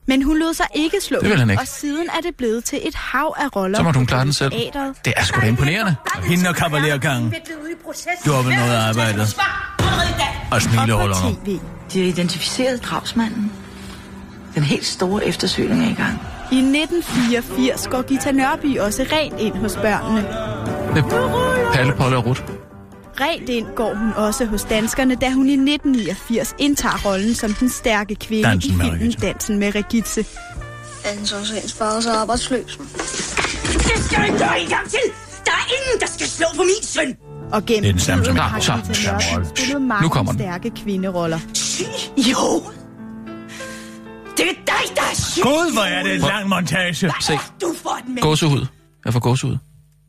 Speaker 12: Men hun lod sig ikke slå
Speaker 5: Det vil han
Speaker 12: ud,
Speaker 5: ikke.
Speaker 12: og siden er det blevet til et hav af roller
Speaker 5: Så måtte hun
Speaker 12: på
Speaker 5: klare den selv.
Speaker 12: teatret.
Speaker 5: Det er sgu da imponerende.
Speaker 4: Hende og kavalergangen gjorde vel noget af arbejdet. Og smilehuller
Speaker 12: Og
Speaker 4: nu.
Speaker 12: på tv.
Speaker 11: de har identificeret drabsmanden. Den helt store eftersøgning er i gang.
Speaker 12: I 1984 går Gita Nørby også rent ind hos børnene.
Speaker 5: Det er Palle, Polle og Rut.
Speaker 12: Rent ind går hun også hos danskerne, da hun i 1989 indtager rollen som den stærke kvinde
Speaker 4: Dansen
Speaker 12: i
Speaker 4: med
Speaker 12: filmen
Speaker 4: Regitze.
Speaker 12: Dansen med Regitze.
Speaker 2: Er den så også ens far, så er arbejdsløs?
Speaker 11: Det skal du ikke gøre en gang til! Der er ingen, der skal slå på min søn!
Speaker 12: Og gennem
Speaker 4: Det er den samme som
Speaker 12: tiden
Speaker 4: jeg.
Speaker 12: har
Speaker 5: Så,
Speaker 12: Gita
Speaker 5: så,
Speaker 12: Nørby
Speaker 5: så.
Speaker 12: spillet
Speaker 5: Nu kommer
Speaker 12: mange
Speaker 5: den.
Speaker 12: stærke kvinderoller.
Speaker 11: Jo! Det er dig, der er syg!
Speaker 4: Gud, hvor er det en lang montage.
Speaker 5: Se,
Speaker 11: Du får den med!
Speaker 5: gåsehud. Jeg får gåsehud.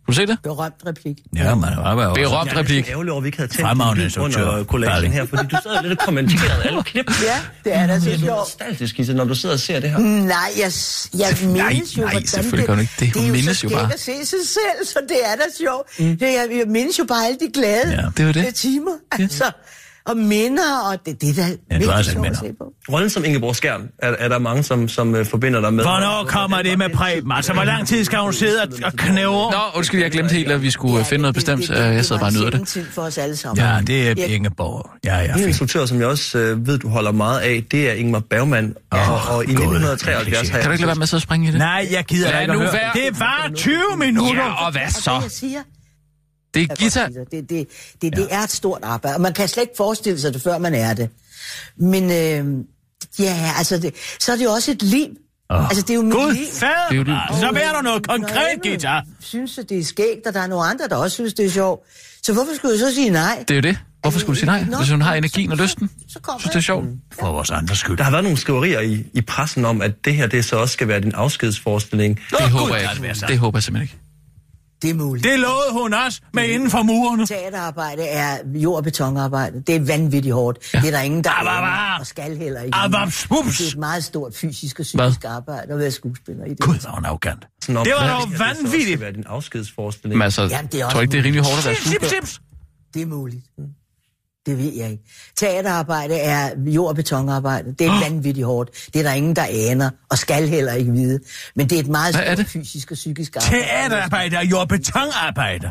Speaker 5: Kan du se det?
Speaker 9: Berømt replik.
Speaker 4: Ja, man var bare også.
Speaker 5: Berømt replik.
Speaker 8: Jeg er ærgerlig over, at vi ikke havde
Speaker 4: Fremragende
Speaker 8: tændt lyd
Speaker 4: instruktør,
Speaker 8: under collagen
Speaker 4: Barling.
Speaker 8: her, fordi du sad lidt og kommenterede alle klip.
Speaker 9: Ja, det er da så
Speaker 8: Du er
Speaker 9: sjovt.
Speaker 8: nostalgisk, Gisle, når du sidder og ser det her.
Speaker 9: Nej, jeg, jeg mindes jo,
Speaker 5: nej,
Speaker 9: hvordan
Speaker 5: selvfølgelig gør hun ikke det. Hun
Speaker 9: det er
Speaker 5: mindes
Speaker 9: så
Speaker 5: jo bare.
Speaker 9: skægt at se sig selv, så det er da sjovt. Mm. Jeg, jeg mindes jo bare alle de glade
Speaker 5: Ja, det er jo det.
Speaker 9: øh, timer. Altså, og minder, og det, det er da
Speaker 4: Ja, du har altså ikke
Speaker 9: sjovt at
Speaker 4: minder.
Speaker 9: se på.
Speaker 8: Rollen som Ingeborg Skjern er, er der mange, som, som øh, forbinder dig med.
Speaker 4: Hvornår kommer det med Preben? Altså, hvor lang tid skal hun sidde og, og knæve?
Speaker 5: Nå, undskyld, jeg glemte helt, at vi skulle ja, finde noget bestemt. Øh, jeg sad bare og nød det.
Speaker 9: tid for os alle sammen.
Speaker 4: Ja, det er
Speaker 9: Ja.
Speaker 4: Ingeborg. Ja, ja,
Speaker 8: En
Speaker 4: fint.
Speaker 8: instruktør, som jeg også øh, ved, du holder meget af, det er Ingmar Bergman. Ja, og, og i 1973 har
Speaker 5: Kan du ikke lade være med så at springe i det?
Speaker 4: Nej, jeg gider
Speaker 5: Lad
Speaker 4: da ikke at
Speaker 5: nu
Speaker 4: høre.
Speaker 5: være.
Speaker 4: Det var 20 minutter.
Speaker 5: Ja, og hvad
Speaker 9: Og det, jeg
Speaker 5: så?
Speaker 9: siger,
Speaker 5: Det er
Speaker 9: Jeg
Speaker 5: guitar.
Speaker 9: godt sige dig, Det, det, det, det er et stort arbejde, og man kan slet ikke forestille sig det, før man er det. Men øh, ja, altså, det, så er det jo også et liv. Oh. Altså, det er jo mit
Speaker 4: Gud
Speaker 9: liv.
Speaker 5: Det er
Speaker 4: fader,
Speaker 5: jo det.
Speaker 4: mand. så er der noget konkret,
Speaker 9: andet
Speaker 4: guitar.
Speaker 9: synes, at det er skægt, og der er nogle andre, der også synes, det er sjovt. Så hvorfor skulle jeg så sige nej?
Speaker 5: Det er jo det. Hvorfor skulle du sige nej,
Speaker 9: Nå,
Speaker 5: hvis hun har energien og lysten?
Speaker 9: Så kommer
Speaker 5: Synes det er sjovt.
Speaker 4: For vores andres skyld.
Speaker 8: Der har været nogle skriverier i, i pressen om, at det her det så også skal være din afskedsforestilling.
Speaker 5: Det håber
Speaker 4: Gud,
Speaker 5: jeg
Speaker 4: lad det altså- være
Speaker 5: ikke.
Speaker 4: så.
Speaker 5: Det håber jeg simpelthen ikke.
Speaker 9: jeg. Det er muligt.
Speaker 4: Det lovede hun også med inden for murene.
Speaker 9: Teaterarbejde er jord- og betonarbejde. Det er vanvittigt hårdt. Ja. Det er der ingen, der
Speaker 4: Ah, bah,
Speaker 9: evner
Speaker 4: bah.
Speaker 9: og skal heller ikke.
Speaker 4: Ah, bah, spups.
Speaker 9: Det er et meget stort fysisk og psykisk arbejde at være skuespiller i det.
Speaker 4: Gud, hvor er hun arrogant.
Speaker 8: Sådan om,
Speaker 4: Det var
Speaker 8: at
Speaker 4: dog
Speaker 8: her, så også skal
Speaker 4: vanvittigt.
Speaker 8: være din afskedsforestilling.
Speaker 5: Men altså,
Speaker 9: Jamen, det er også
Speaker 5: tror jeg ikke, det er rimelig hårdt at være
Speaker 4: Sips, sips,
Speaker 5: skuespiller?
Speaker 4: sips.
Speaker 9: Det er muligt. Mm. Det ved jeg ikke. Teaterarbejde er jord- og betonarbejde. Det er vanvittigt hårdt. Det er der ingen, der aner, og skal heller ikke vide. Men det er et meget
Speaker 5: Hvad er
Speaker 9: stort
Speaker 5: det?
Speaker 9: fysisk og psykisk arbejde.
Speaker 4: Teaterarbejder, jo betonarbejder.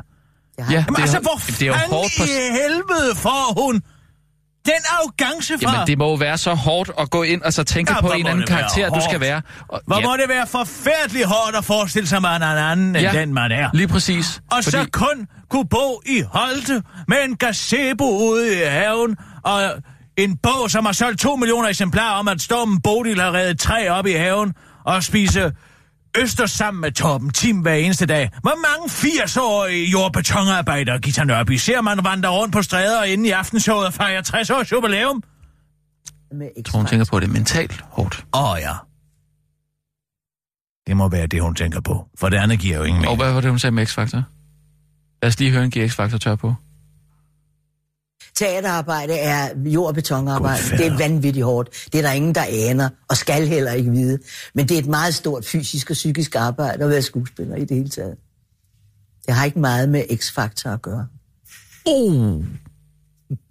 Speaker 9: Jeg
Speaker 5: Ja,
Speaker 9: har-
Speaker 4: Jamen
Speaker 5: det
Speaker 4: altså,
Speaker 5: er,
Speaker 4: hvor
Speaker 5: det er jo
Speaker 4: fanden
Speaker 5: hårdt på...
Speaker 4: i helvede får hun den arrogance fra?
Speaker 5: Jamen, det må jo være så hårdt at gå ind og så tænke
Speaker 4: Ja,
Speaker 5: på
Speaker 4: hvor
Speaker 5: en
Speaker 4: må
Speaker 5: anden
Speaker 4: det være
Speaker 5: karakter, du skal
Speaker 4: hårdt.
Speaker 5: være. Og,
Speaker 4: Hvor må det være forfærdeligt hårdt at forestille sig, at man er en anden, end den man er.
Speaker 5: Lige præcis.
Speaker 4: Og så kun kunne bo i Holte med en gazebo ude i haven og en bog, som har solgt to millioner eksemplarer om, at Stormen Bodil har reddet træ op i haven og spise øster sammen med Torben Tim hver eneste dag. Hvor mange 80-årige jordbetonarbejdere, Gita Nørby, ser man vandre rundt på stræder inden i aftenshowet og fejrer 60 års jubilæum?
Speaker 9: Med
Speaker 5: Jeg tror, hun
Speaker 9: X-Factor.
Speaker 5: tænker på, at det er mentalt hårdt.
Speaker 4: Åh oh, ja. Det må være det, hun tænker på. For det andet giver jo ingen
Speaker 5: Og
Speaker 4: mening.
Speaker 5: hvad var det, hun sagde med X-Factor? Lad os lige høre en G-X-Factor tør på.
Speaker 9: Teaterarbejde er jord- og betonarbejde.
Speaker 4: Gud
Speaker 9: Det er
Speaker 4: fader.
Speaker 9: vanvittigt hårdt. Det er der ingen, der aner, og skal heller ikke vide. Men det er et meget stort fysisk og psykisk arbejde at være skuespiller i det hele taget. Det har ikke meget med X-faktor at gøre.
Speaker 5: Oh.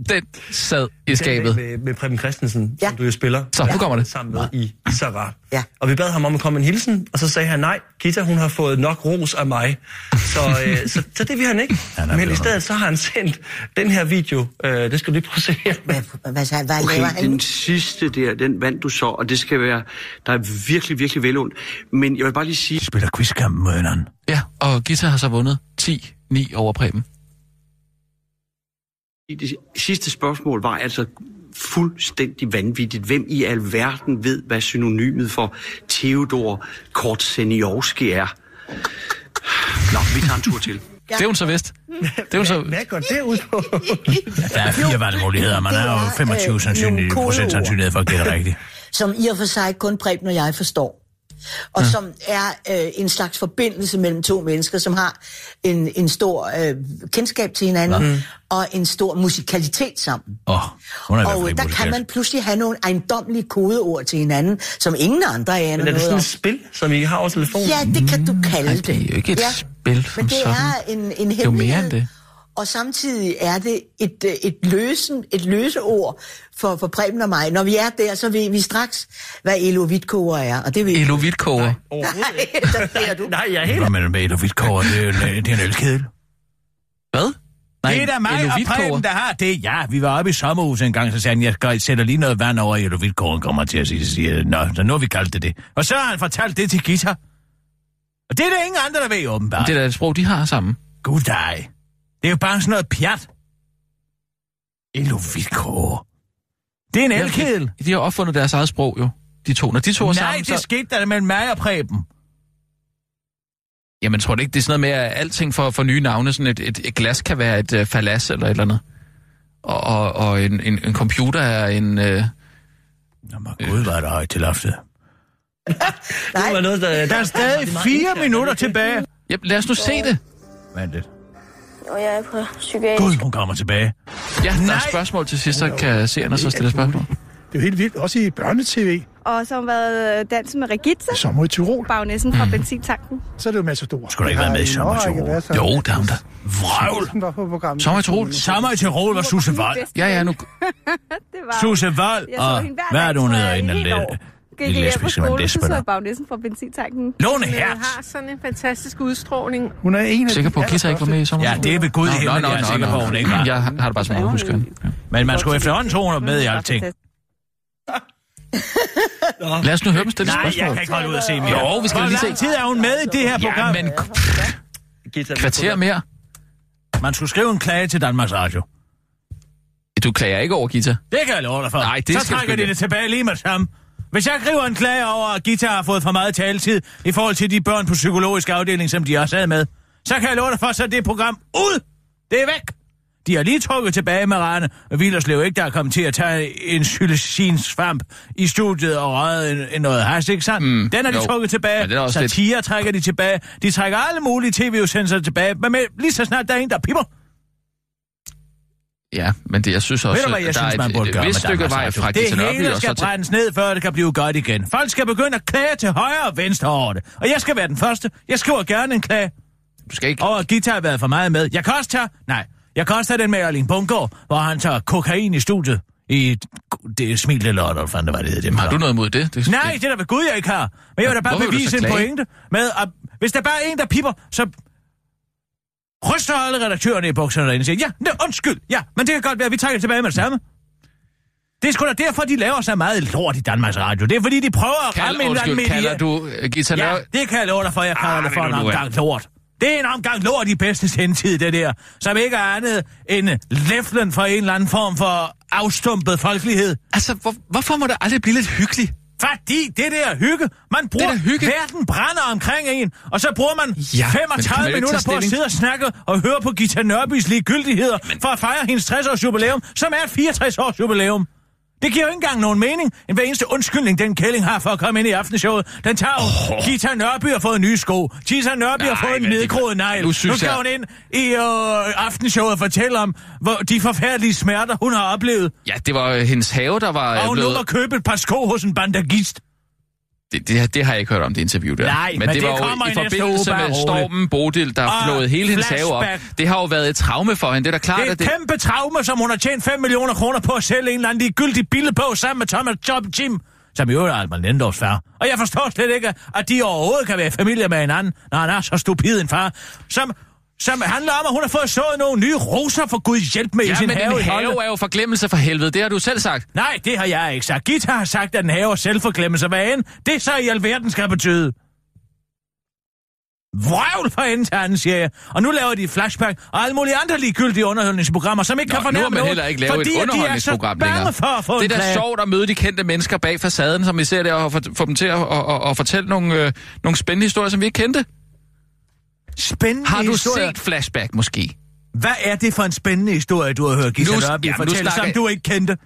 Speaker 5: Den sad i skabet.
Speaker 8: Med, med Preben Christensen,
Speaker 9: Ja.
Speaker 8: som du jo spiller.
Speaker 5: Så, nu kommer det.
Speaker 8: Sammen med i Sarah.
Speaker 9: Ja.
Speaker 8: Og vi bad ham om at komme med en hilsen, og så sagde han, nej, Gita, hun har fået nok ros af mig. Så, øh, så, så det vil han ikke.
Speaker 4: er
Speaker 8: Men i
Speaker 4: blevet-
Speaker 8: stedet så har han sendt den her video. Øh, det skal du lige prøve at se her.
Speaker 9: Hvad, hvad, hvad, hvad laver
Speaker 13: Okay,
Speaker 9: han nu?
Speaker 13: den sidste der, den vandt du så, og det skal være, der er virkelig, virkelig velundt. Men jeg vil bare lige sige,
Speaker 4: Spiller quizkampen med hinanden.
Speaker 5: Ja, og Gita har så vundet 10-9 over Preben.
Speaker 13: det sidste spørgsmål var altså fuldstændig vanvittigt. Hvem i alverden ved, hvad synonymet for Theodor Kortseniowski er? Nå, vi tager en tur til.
Speaker 5: Det er hun så vidst. Det er hun så...
Speaker 8: Hvad går det ud på?
Speaker 4: Der er fire valgmuligheder. Man
Speaker 9: det
Speaker 4: har jo
Speaker 9: er,
Speaker 4: 25
Speaker 9: øh,
Speaker 4: sandsynlig,
Speaker 9: nogle
Speaker 4: procent
Speaker 9: kodeord.
Speaker 4: sandsynlighed for at gætte rigtigt.
Speaker 9: som i og for sig kun Preben og jeg forstår. Og ja. som er øh, en slags forbindelse mellem to mennesker, som har en, en stor øh, kendskab til hinanden og en stor musikalitet sammen.
Speaker 4: Åh, oh, hun er i hvert
Speaker 9: Og
Speaker 4: fald
Speaker 9: øh,
Speaker 4: ikke
Speaker 9: der kan man
Speaker 4: musikalt.
Speaker 9: pludselig have nogle ejendomlige kodeord til hinanden, som ingen andre aner
Speaker 8: Men er det
Speaker 9: noget
Speaker 8: sådan
Speaker 9: om.
Speaker 8: et spil, som I har over telefonen?
Speaker 9: Ja, det kan du kalde det.
Speaker 5: Mm. det er jo ikke et
Speaker 9: ja.
Speaker 5: spil som
Speaker 9: Men det
Speaker 5: sådan.
Speaker 9: er en, en hemmelighed.
Speaker 5: jo mere end det.
Speaker 9: Og samtidig er det et, øh, et, løsen, et løseord for, for Preben og mig. Når vi er der, så ved vi straks, hvad Elo Vidtkoger er. Og det ved
Speaker 5: Elo Vidtkoger.
Speaker 8: Overhovedet ikke.
Speaker 9: der ser du.
Speaker 8: Nej, jeg er helt...
Speaker 4: Hvad med med Elof Vidtkover? Det er, en- det er en ølkedel.
Speaker 5: Hvad?
Speaker 4: det er da mig
Speaker 5: Elo
Speaker 4: og
Speaker 5: Vidtkoger.
Speaker 4: Preben, der har det. Ja, vi var oppe i sommerhuset en gang, så sagde han, jeg skal- sætter lige noget vand over, Elof Vidtkover kommer til at sige, sige, Nå, så nu har vi kaldt det det. Og så har han fortalt det til Gita. Og det er der ingen andre, der ved, åbenbart.
Speaker 5: Det er da et sprog, de har sammen.
Speaker 4: Gud dig. Det er jo bare sådan noget pjat. Elovikor. Det er en elkedel.
Speaker 5: De har opfundet deres eget sprog jo, de to. Når de to er
Speaker 4: Nej,
Speaker 5: sammen,
Speaker 4: det
Speaker 5: så...
Speaker 4: skete der mellem mig og Preben.
Speaker 5: Jamen, tror du ikke, det er sådan noget med, at alting for, for nye navne, sådan et, et, et glas kan være et uh, falas eller et eller andet. Og, og, og en, en, en computer er en... Uh,
Speaker 4: Nå, men Gud, var der højt til loftet.
Speaker 8: Det var
Speaker 9: Nej,
Speaker 8: noget, der,
Speaker 4: Der er stadig fire minutter tilbage.
Speaker 5: Jamen, lad os nu se det.
Speaker 4: Vent lidt.
Speaker 14: Og jeg er på psykiatrisk.
Speaker 4: Gud, hun kommer tilbage.
Speaker 5: Ja, der er
Speaker 4: Nej.
Speaker 5: et spørgsmål til sidst, så kan seerne så stille spørgsmål.
Speaker 14: Det er jo helt vildt, også i børnetv.
Speaker 12: Og så har hun været øh, dansen med Regitze.
Speaker 14: Sommer i Tirol.
Speaker 12: Bagnessen fra
Speaker 14: Mm.
Speaker 12: mm. benzintanken.
Speaker 14: Så er det jo Matador.
Speaker 4: Skulle der ikke være med i Sommer i Tirol? Jo, der er hun da.
Speaker 14: Vrøvl! Var på programmet.
Speaker 4: Sommer i Tirol var Susse Wald.
Speaker 5: Ja, ja, nu...
Speaker 12: det var...
Speaker 4: Susse Wald
Speaker 12: Jeg så
Speaker 4: og...
Speaker 12: hende hver
Speaker 4: Hvad
Speaker 12: dag,
Speaker 4: er det, hun
Speaker 12: tror
Speaker 4: hedder?
Speaker 12: jeg,
Speaker 4: En
Speaker 12: i
Speaker 4: af
Speaker 12: et
Speaker 4: le-
Speaker 12: år.
Speaker 4: en
Speaker 12: Gik lige på
Speaker 4: lesbisk, som er en
Speaker 12: skole, så
Speaker 4: lesber,
Speaker 12: sidder
Speaker 4: der.
Speaker 12: Bagnessen fra benzintanken.
Speaker 4: Lone
Speaker 12: Hun, øh,
Speaker 4: Hertz.
Speaker 12: har sådan en fantastisk udstråling.
Speaker 14: Hun er en af
Speaker 5: Sikker på, at Kisser ikke var med i sommer?
Speaker 4: Ja, det er ved Gud i himlen, jeg er sikker på, hun ikke var.
Speaker 5: Jeg har det bare som overhuskeren.
Speaker 4: Men man skulle efterhånden 200 med i alting.
Speaker 5: Lad os nu høre dem stille
Speaker 4: Nej,
Speaker 5: spørgsmål.
Speaker 4: jeg kan ikke holde ud at se mere.
Speaker 5: Jo, vi skal
Speaker 4: Hvor
Speaker 5: lige se.
Speaker 4: lang tid er hun med i det her program?
Speaker 5: Ja, men
Speaker 8: Gita,
Speaker 5: kvarter mere.
Speaker 4: Man skulle skrive en klage til Danmarks Radio.
Speaker 5: Du klager ikke over Gita.
Speaker 4: Det kan jeg love dig for. Nej,
Speaker 5: det
Speaker 4: Så
Speaker 5: skal du
Speaker 4: trækker
Speaker 5: ikke.
Speaker 4: de det tilbage lige med sammen. Hvis jeg skriver en klage over, at Gita har fået for meget taletid i forhold til de børn på psykologisk afdeling, som de også sad med, så kan jeg love dig for, så er det program ud. Det er væk. De har lige trukket tilbage med Rane og Villerslev, ikke der er kommet til at tage en psilocinsvamp i studiet og røget en, en noget hast, ikke sandt? Mm, den har de
Speaker 5: jo.
Speaker 4: trukket tilbage.
Speaker 5: Men den er også lidt-
Speaker 4: Satire trækker de tilbage. De trækker alle mulige tv-udsendelser tilbage, men med, lige så snart der er en, der pipper,
Speaker 5: Ja, men det, jeg synes også,
Speaker 4: Ved du, hvad jeg
Speaker 5: der
Speaker 4: synes,
Speaker 5: er
Speaker 4: man
Speaker 5: et,
Speaker 4: burde
Speaker 5: et
Speaker 4: gøre
Speaker 5: vist
Speaker 4: med
Speaker 5: stykke
Speaker 4: Danmarks
Speaker 5: vej
Speaker 4: Radio?
Speaker 5: fra Gita
Speaker 4: Det
Speaker 5: Nørby
Speaker 4: hele
Speaker 5: og
Speaker 4: skal
Speaker 5: så til...
Speaker 4: brændes ned, før det kan blive godt igen. Folk skal begynde at klage til højre og venstre over det. Og jeg skal være den første. Jeg skriver gerne en klage.
Speaker 5: Du skal ikke...
Speaker 4: Over at guitar har været for meget med. Jeg kan også tage... Nej. Jeg kan også tage den med Erling Bundgaard, hvor han tager kokain i studiet. I et- det er smilte lot, eller fandt det var det, hed, det
Speaker 5: Har du noget imod det? det
Speaker 4: Nej, det er der ved Gud, jeg ikke har. Men jeg vil da bare
Speaker 5: Hvorfor vil du
Speaker 4: bevise
Speaker 5: så
Speaker 4: en
Speaker 5: klage?
Speaker 4: pointe med, at hvis der bare er en, der pipper, så ryster alle redaktørerne i bukserne derinde og siger, ja, nå, undskyld, ja, men det kan godt være, at vi trækker tilbage med det samme. Det er sgu da derfor, de laver så meget lort i Danmarks Radio. Det er fordi, de prøver at ramme
Speaker 5: Kald,
Speaker 4: en eller anden
Speaker 5: undskyld, kalder
Speaker 4: medie.
Speaker 5: du øh, Gita
Speaker 4: Ja,
Speaker 5: Nørby...
Speaker 4: det kan jeg love dig for, jeg kalder
Speaker 5: Ah,
Speaker 4: det for
Speaker 5: ved
Speaker 4: en
Speaker 5: du, du er-
Speaker 4: omgang lort. Det er en omgang lort i bedste sendtid, det der, som ikke er andet end leflen for en eller anden form for afstumpet folkelighed.
Speaker 5: Altså, hvor, hvorfor må det aldrig blive lidt hyggeligt?
Speaker 4: Fordi det der hygge, man bruger
Speaker 5: der hygge.
Speaker 4: verden brænder omkring en, og så bruger man
Speaker 5: Ja,
Speaker 4: ja,
Speaker 5: men kan man jo
Speaker 4: 35
Speaker 5: ikke
Speaker 4: minutter
Speaker 5: tage
Speaker 4: på at
Speaker 5: stilling?
Speaker 4: sidde og snakke og høre på Gita Nørbys ligegyldigheder for at fejre hendes 60-års jubilæum, som er et 64-års jubilæum. Det giver jo ikke engang nogen mening, end hver eneste undskyldning, den kælling har for at komme ind i aftenshowet. Den tager jo, oh. Gita Nørby har fået nye sko. Gita Nørby har
Speaker 5: Nej,
Speaker 4: fået en
Speaker 5: men det-
Speaker 4: nedgroet negl.
Speaker 5: nu synes
Speaker 4: nu skal
Speaker 5: jeg-
Speaker 4: hun ind i øh, aftenshowet og fortælle om hvor de forfærdelige smerter, hun har oplevet.
Speaker 5: Ja, det var øh, hendes have, der var
Speaker 4: Og
Speaker 5: øh,
Speaker 4: hun nu må
Speaker 5: blevet...
Speaker 4: købe et par sko hos en bandagist.
Speaker 5: Det, det, det har jeg ikke hørt om, det interview der.
Speaker 4: Nej, men
Speaker 5: det
Speaker 4: det
Speaker 5: var
Speaker 4: kommer
Speaker 5: jo i
Speaker 4: i næste
Speaker 5: forbindelse
Speaker 4: uge, bare
Speaker 5: med
Speaker 4: rolig.
Speaker 5: stormen Bodil, der
Speaker 4: Og
Speaker 5: flåede hele hendes have op.
Speaker 4: flashback.
Speaker 5: Det har jo været et traume for hende. Det er da klart,
Speaker 4: Det er
Speaker 5: at
Speaker 4: et
Speaker 5: det...
Speaker 4: kæmpe traume, som hun har tjent 5 millioner kroner på at sælge en eller anden ligegyldig bille på sammen med Thomas Job Jim, som i øvrigt er Alman Lendorfs far. Og jeg forstår slet ikke, at de overhovedet kan være i familie med hinanden, når han er så stupid en far, som, som handler om, at hun har fået sået nogle nye roser for Gud hjælp med i
Speaker 5: Ja,
Speaker 4: sin
Speaker 5: men
Speaker 4: have.
Speaker 5: en
Speaker 4: i Holland.
Speaker 5: have er jo forglemmelse for helvede. Det har du selv sagt.
Speaker 4: Nej, det har jeg ikke sagt. Gita har sagt, at den haver selvforglemmelse. Hvad end det så i alverden skal betyde? Vrøvl for enden til anden, siger jeg. Og nu laver de flashback og alle mulige andre ligegyldige underholdningsprogrammer, som ikke
Speaker 5: Nå,
Speaker 4: kan
Speaker 5: nu
Speaker 4: fornærme
Speaker 5: har man
Speaker 4: nogen,
Speaker 5: heller ikke lavet
Speaker 4: fordi
Speaker 5: et
Speaker 4: at
Speaker 5: underholdningsprogram
Speaker 4: de er så bange
Speaker 5: længere.
Speaker 4: for at få
Speaker 5: det
Speaker 4: en
Speaker 5: er da
Speaker 4: klage.
Speaker 5: sjovt at møde de kendte mennesker bag facaden, som vi ser der, og få, få dem til at og, og, og fortælle nogle, øh, nogle spændende historier, som vi ikke kendte.
Speaker 4: Spændende
Speaker 5: Har du
Speaker 4: historier.
Speaker 5: set Flashback måske?
Speaker 4: Hvad er det for en spændende historie, du har hørt Gita
Speaker 5: Nu-
Speaker 4: Nørby
Speaker 5: jamen, nu
Speaker 4: fortælle,
Speaker 5: snakker
Speaker 4: som
Speaker 5: jeg-
Speaker 4: du ikke kendte?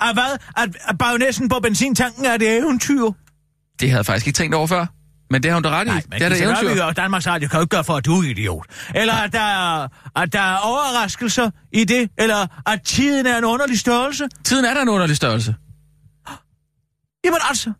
Speaker 4: At hvad? At, at bagnæssen på benzintanken er det eventyr?
Speaker 5: Det havde jeg faktisk ikke tænkt over før. Men det har hun da ret i.
Speaker 4: Nej, men
Speaker 5: det er da
Speaker 4: Gita Nørby
Speaker 5: eventyr.
Speaker 4: og Danmarks Radio kan jo ikke gøre for, at du er idiot. Eller at der, er, at der er overraskelser i det, eller at tiden er en underlig størrelse.
Speaker 5: Tiden er der en underlig størrelse.
Speaker 4: Jamen altså,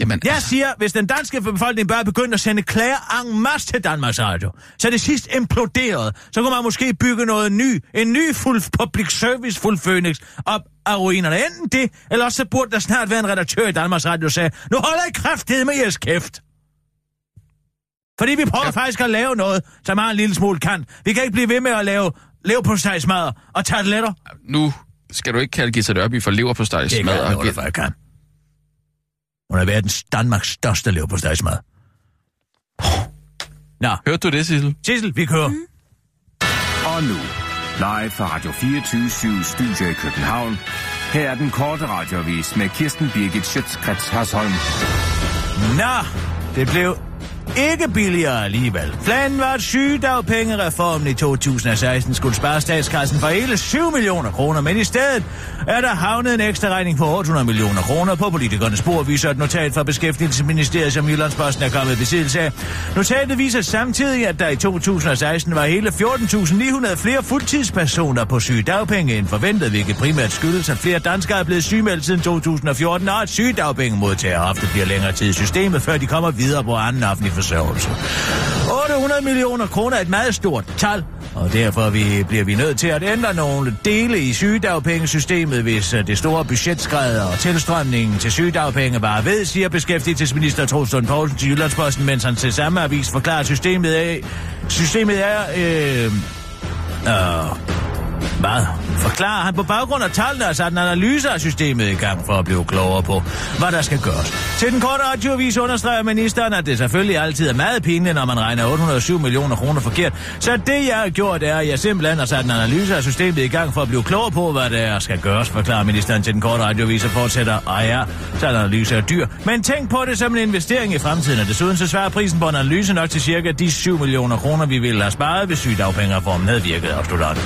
Speaker 5: Jamen,
Speaker 4: jeg
Speaker 5: altså,
Speaker 4: siger, hvis den danske befolkning bare begyndte at sende klager en masse til Danmarks Radio, så det sidst imploderede, så kunne man måske bygge noget ny, en ny fuld public service fuld Phoenix op af ruinerne. Enten det, eller også så burde der snart være en redaktør i Danmarks Radio, der sagde, nu holder I kraftedet med jeres kæft. Fordi vi prøver ja. faktisk at lave noget, som har en lille smule kant. Vi kan ikke blive ved med at lave leverpostejsmadder og tarteletter.
Speaker 5: nu skal du ikke kalde Gita Nørby for lever på
Speaker 4: Det kan jeg love dig for, jeg kan. Hun er verdens Danmarks største leverpostejsmad. Nå,
Speaker 5: Hørte du det, Sissel?
Speaker 4: Sissel, vi kører.
Speaker 7: Og nu, live fra Radio 24 Studio i København. Her er den korte radiovis med Kirsten Birgit Schøtzgrads Hasholm.
Speaker 4: Nå, det blev ikke billigere alligevel. Planen var, at sygedagpengereformen i 2016 skulle spare statskassen for hele 7 millioner kroner, men i stedet er der havnet en ekstra regning på 800 millioner kroner på politikernes spor, viser et notat fra Beskæftigelsesministeriet, som Jyllandsposten er kommet i besiddelse af. Notatet viser samtidig, at der i 2016 var hele 14.900 flere fuldtidspersoner på sygedagpenge end forventet, hvilket primært skyldes, at flere danskere er blevet sygemeldt siden 2014, og at sygedagpengemodtagere ofte bliver længere tid i systemet, før de kommer videre på anden offentlig forsørgelse. 800 millioner kroner er et meget stort tal, og derfor vi, bliver vi nødt til at ændre nogle dele i sygedagpengesystemet, hvis øh, det store budgetskred og tilstrømningen til sygedagpenge bare ved, siger beskæftigelsesminister Trostrøm Poulsen til Jyllandsposten, mens han til samme avis forklarer at systemet af. Systemet er... Øh, øh, hvad? Forklarer han på baggrund af tallene og sat en analyse af systemet i gang for at blive klogere på, hvad der skal gøres. Til den korte radioavis understreger ministeren, at det selvfølgelig altid er meget pinligt, når man regner 807 millioner kroner forkert. Så det, jeg har gjort, er, at jeg simpelthen har sat en analyse af systemet i gang for at blive klogere på, hvad der skal gøres, forklarer ministeren til den korte radioavis og fortsætter, og ja, så er der analyse af dyr. Men tænk på det som en investering i fremtiden, og desuden så svarer prisen på en analyse nok til cirka de 7 millioner kroner, vi ville have sparet, hvis sygedagpengereformen havde virket, afslutter han.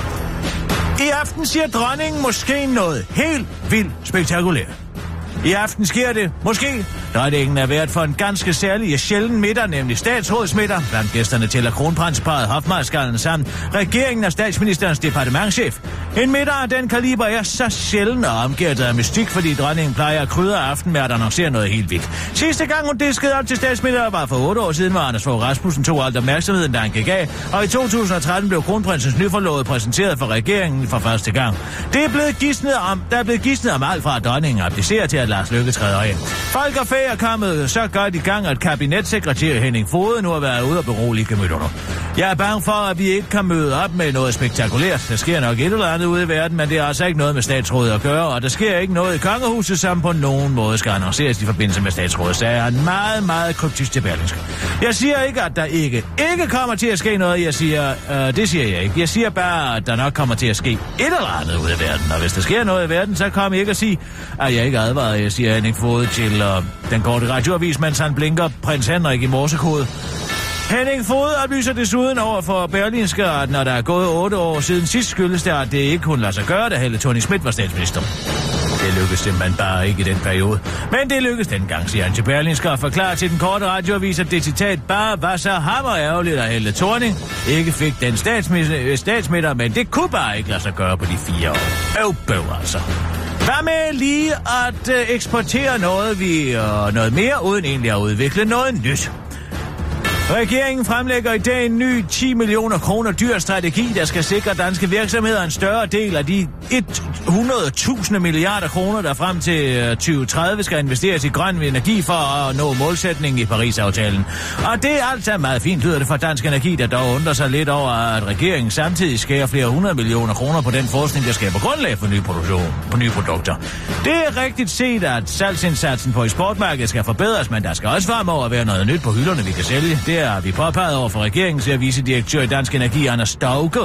Speaker 4: I aften siger dronningen måske noget helt vildt spektakulært. I aften sker det, måske. Dronningen er vært for en ganske særlig og sjælden middag, nemlig statsrådsmiddag. Blandt gæsterne tæller kronprinsparet Hofmarskallen samt regeringen og statsministerens departementchef. En middag af den kaliber er så sjælden og omgærdet af mystik, fordi dronningen plejer at krydre aften med at annoncere noget helt vildt. Sidste gang hun diskede op til statsmiddag var for otte år siden, hvor Anders Fogh Rasmussen tog alt opmærksomheden, da han gik af, og i 2013 blev kronprinsens nyforlovede præsenteret for regeringen for første gang. Det er blevet gisnet om, der er blevet gisnet om alt fra at dronningen applicerer til, at Lars Løkke træder ind. Folk og fæ er kommet så godt i gang, at kabinetssekretær Henning Fode nu har været ude og berolige gemytterne. Jeg er bange for, at vi ikke kan møde op med noget spektakulært. Der sker nok et eller andet ude i verden, men det har altså ikke noget med statsrådet at gøre, og der sker ikke noget i kongehuset, som på nogen måde skal annonceres i forbindelse med statsrådet, sagde han meget, meget kryptisk til Berlingske. Jeg siger ikke, at der ikke, ikke kommer til at ske noget. Jeg siger, øh, det siger jeg ikke. Jeg siger bare, at der nok kommer til at ske et eller andet ude i verden, og hvis der sker noget i verden, så kom ikke og sige, at jeg ikke advarede, jeg siger Henning Fode til øh, den korte radioavis, mens han blinker prins Henrik i morsekode. Henning Fod oplyser desuden over for Berlinske, at når der er gået otte år siden sidst skyldes det, at det ikke kunne lade sig gøre, da Helle Thorning Schmidt var statsminister. Det lykkedes simpelthen bare ikke i den periode. Men det lykkedes dengang, siger han til Berlinske og forklarer til den korte radioavis, at det citat bare var så hammer ærgerligt, at Helle Thorning ikke fik den statsminister, statsminister, men det kunne bare ikke lade sig gøre på de fire år. Øv, bøv altså. Hvad med lige at øh, eksportere noget, vi, øh, noget mere, uden egentlig at udvikle noget nyt? Regeringen fremlægger i dag en ny 10 millioner kroner dyr strategi, der skal sikre danske virksomheder en større del af de 100.000 milliarder kroner, der frem til øh, 2030 skal investeres i grøn energi for at nå målsætningen i Paris-aftalen. Og det er alt sammen meget fint, lyder det fra Dansk Energi, der dog undrer sig lidt over, at regeringen samtidig skærer flere hundrede millioner kroner på den forskning, der skaber grundlag for ny produktion på nye produkter. Det er rigtigt set, at salgsindsatsen på eksportmarkedet skal forbedres, men der skal også fremover være noget nyt på hylderne, vi kan sælge. Det har vi påpeget over for regeringen, siger vicedirektør i Dansk Energi, Anders Stauke,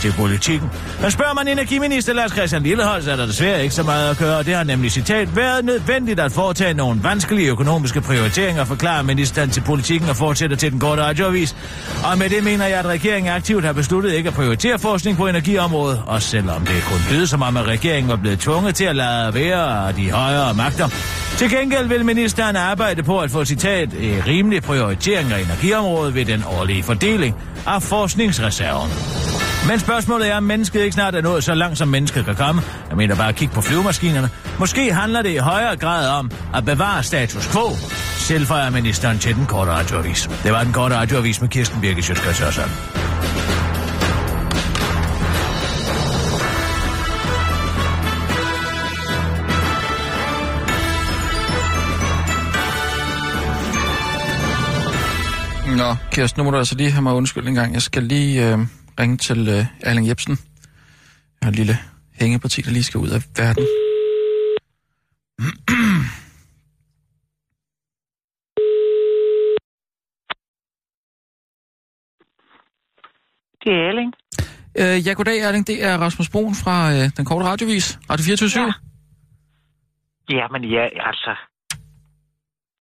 Speaker 4: til politikken. Men spørger man energiminister Lars Christian Lillehold, så er der desværre ikke så meget at gøre. Det har nemlig citat været nødvendigt at foretage nogle vanskelige økonomiske prioriteringer, forklarer ministeren til politikken og fortsætter til den korte radioavis. Og med det mener jeg, at regeringen aktivt har besluttet ikke at prioritere forskning på energiområdet, og selvom det kun lyder som om, at regeringen var blevet tvunget til at lade være af de højere magter. Til gengæld vil ministeren arbejde på at få citat "øh, rimelig prioritering af energiområdet ved den årlige fordeling af forskningsreserven. Men spørgsmålet er, om mennesket ikke snart er nået så langt, som mennesket kan komme. Jeg mener bare at kigge på flyvemaskinerne. Måske handler det i højere grad om at bevare status quo. Tilføjer ministeren til den korte radioavis. Det var den korte radioavis med Kirsten Birke Sjøtskøs og sådan.
Speaker 5: Nå, Kirsten, nu må du altså lige have mig undskyld en gang. Jeg skal lige øh, ringe til øh, Erling Jebsen. Jeg har en lille hængeparti, der lige skal ud af verden.
Speaker 15: Det er Erling.
Speaker 5: Øh, ja, goddag Erling. Det er Rasmus Broen fra øh, Den Korte Radiovis. Radio 24 ja.
Speaker 15: Jamen ja, altså.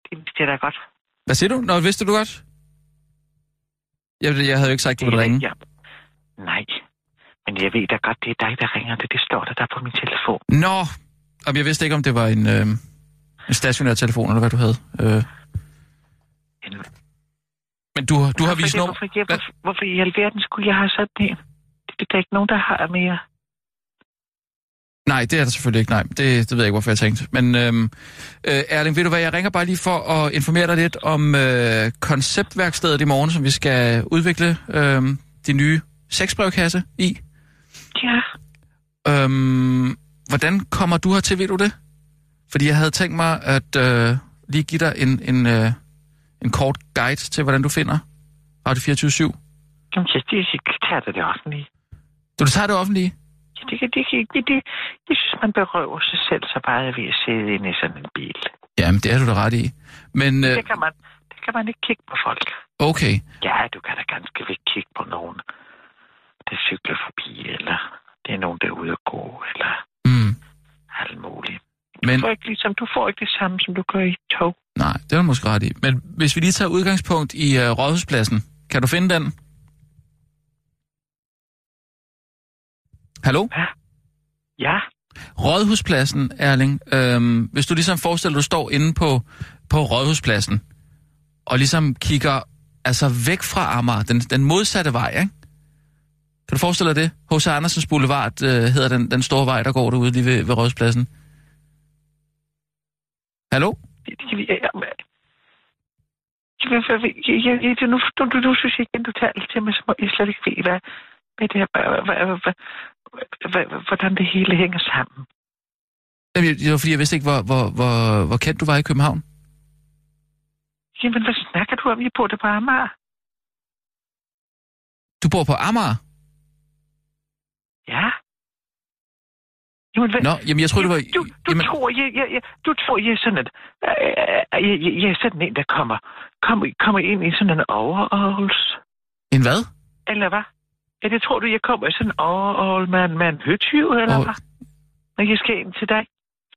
Speaker 15: Det vidste jeg da godt.
Speaker 5: Hvad siger du? Nå, vidste du godt? Jeg, jeg havde jo ikke sagt, du
Speaker 9: Det
Speaker 5: ville
Speaker 9: er
Speaker 5: ringe.
Speaker 9: ikke- ja. Nej, men jeg ved da godt, det er dig, der ringer det. Det står der, der på min telefon.
Speaker 5: Nå, Jamen, jeg vidste ikke, om det var en, øh, en stationær telefon, eller hvad du havde. Øh. Men du, du har vist
Speaker 9: hvorfor,
Speaker 5: nummer...
Speaker 9: hvorfor, jeg, hvorfor, hvorfor i alverden skulle jeg have sådan en? Det, det er der ikke nogen, der har mere.
Speaker 5: Nej, det er der selvfølgelig ikke. Nej, det, det ved jeg ikke, hvorfor jeg tænkte. Men øhm, øh, Erling, ved du hvad, jeg ringer bare lige for at informere dig lidt om øh, konceptværkstedet i morgen, som vi skal udvikle øh, de nye sexbrevkasse i.
Speaker 9: Ja.
Speaker 5: Øhm, hvordan kommer du hertil, ved du det? Fordi jeg havde tænkt mig at øh, lige give dig en, en, øh, en kort guide til, hvordan du finder Radio 24
Speaker 9: Jamen, jeg, jeg, jeg tager det, det offentlige.
Speaker 5: Du tager det offentlige?
Speaker 9: Ja, det, kan- det, det, det, det, jeg synes, man berøver sig selv så meget ved at sidde inde i sådan en bil.
Speaker 5: Jamen, det er du da ret i. Men øh,
Speaker 9: Det kan man, det kan man ikke kigge på folk.
Speaker 5: okay,
Speaker 9: Ja, du kan da ganske vel kigge på nogen, der cykler forbi, eller det er nogen, der er ude at gå, eller
Speaker 5: Mm.
Speaker 9: alt muligt. Du,
Speaker 5: Men-
Speaker 9: Men... får ikke ligesom, du får ikke det samme, som du gør i et tog.
Speaker 5: nej, det er du måske ret i. Men hvis vi lige tager udgangspunkt i øh, Rådhuspladsen, kan du finde den? Hallo?
Speaker 9: Ja.
Speaker 5: Rådhuspladsen, Erling, øhm, hvis du ligesom forestiller, at du står inde på, på Rådhuspladsen, og ligesom kigger altså væk fra Amager, den, den modsatte vej, ikke? Kan du forestille dig det? H.C. Andersens Boulevard øh, hedder den, den store vej, der går derude lige ved, ved Rådhuspladsen. Hallo?
Speaker 9: Det- det- jeg- jeg- jeg- jeg- jeg- jeg- jeg- Nu, nu, nu, nu synes jeg igen, du taler til mig, som om jeg slet ikke ved, hvad, hvad det her, hvad, hvad, hvad, hvad, hvad, hvad, hvordan det hele hænger sammen.
Speaker 5: Jamen, jeg- det var fordi, jeg vidste ikke, hvor, hvor, hvor, hvor kendt du var i København.
Speaker 9: Jamen, hvad snakker du om? Jeg bor der på Amager.
Speaker 5: Du bor på Amager?
Speaker 9: Ja. Jamen, hvad?
Speaker 5: Nå, jamen, jeg troede, det var...
Speaker 9: Du, du, jamen... tror, jeg, jeg, jeg, du tror, jeg er sådan, at, jeg, jeg, jeg er sådan en, der kommer, kommer, kommer ind i sådan en overholds.
Speaker 5: En hvad?
Speaker 9: Eller hvad? Ja, det tror du, jeg kommer i sådan en overhold med en, med en høtyv, eller
Speaker 5: Og-
Speaker 9: hvad? Når jeg skal ind til dig.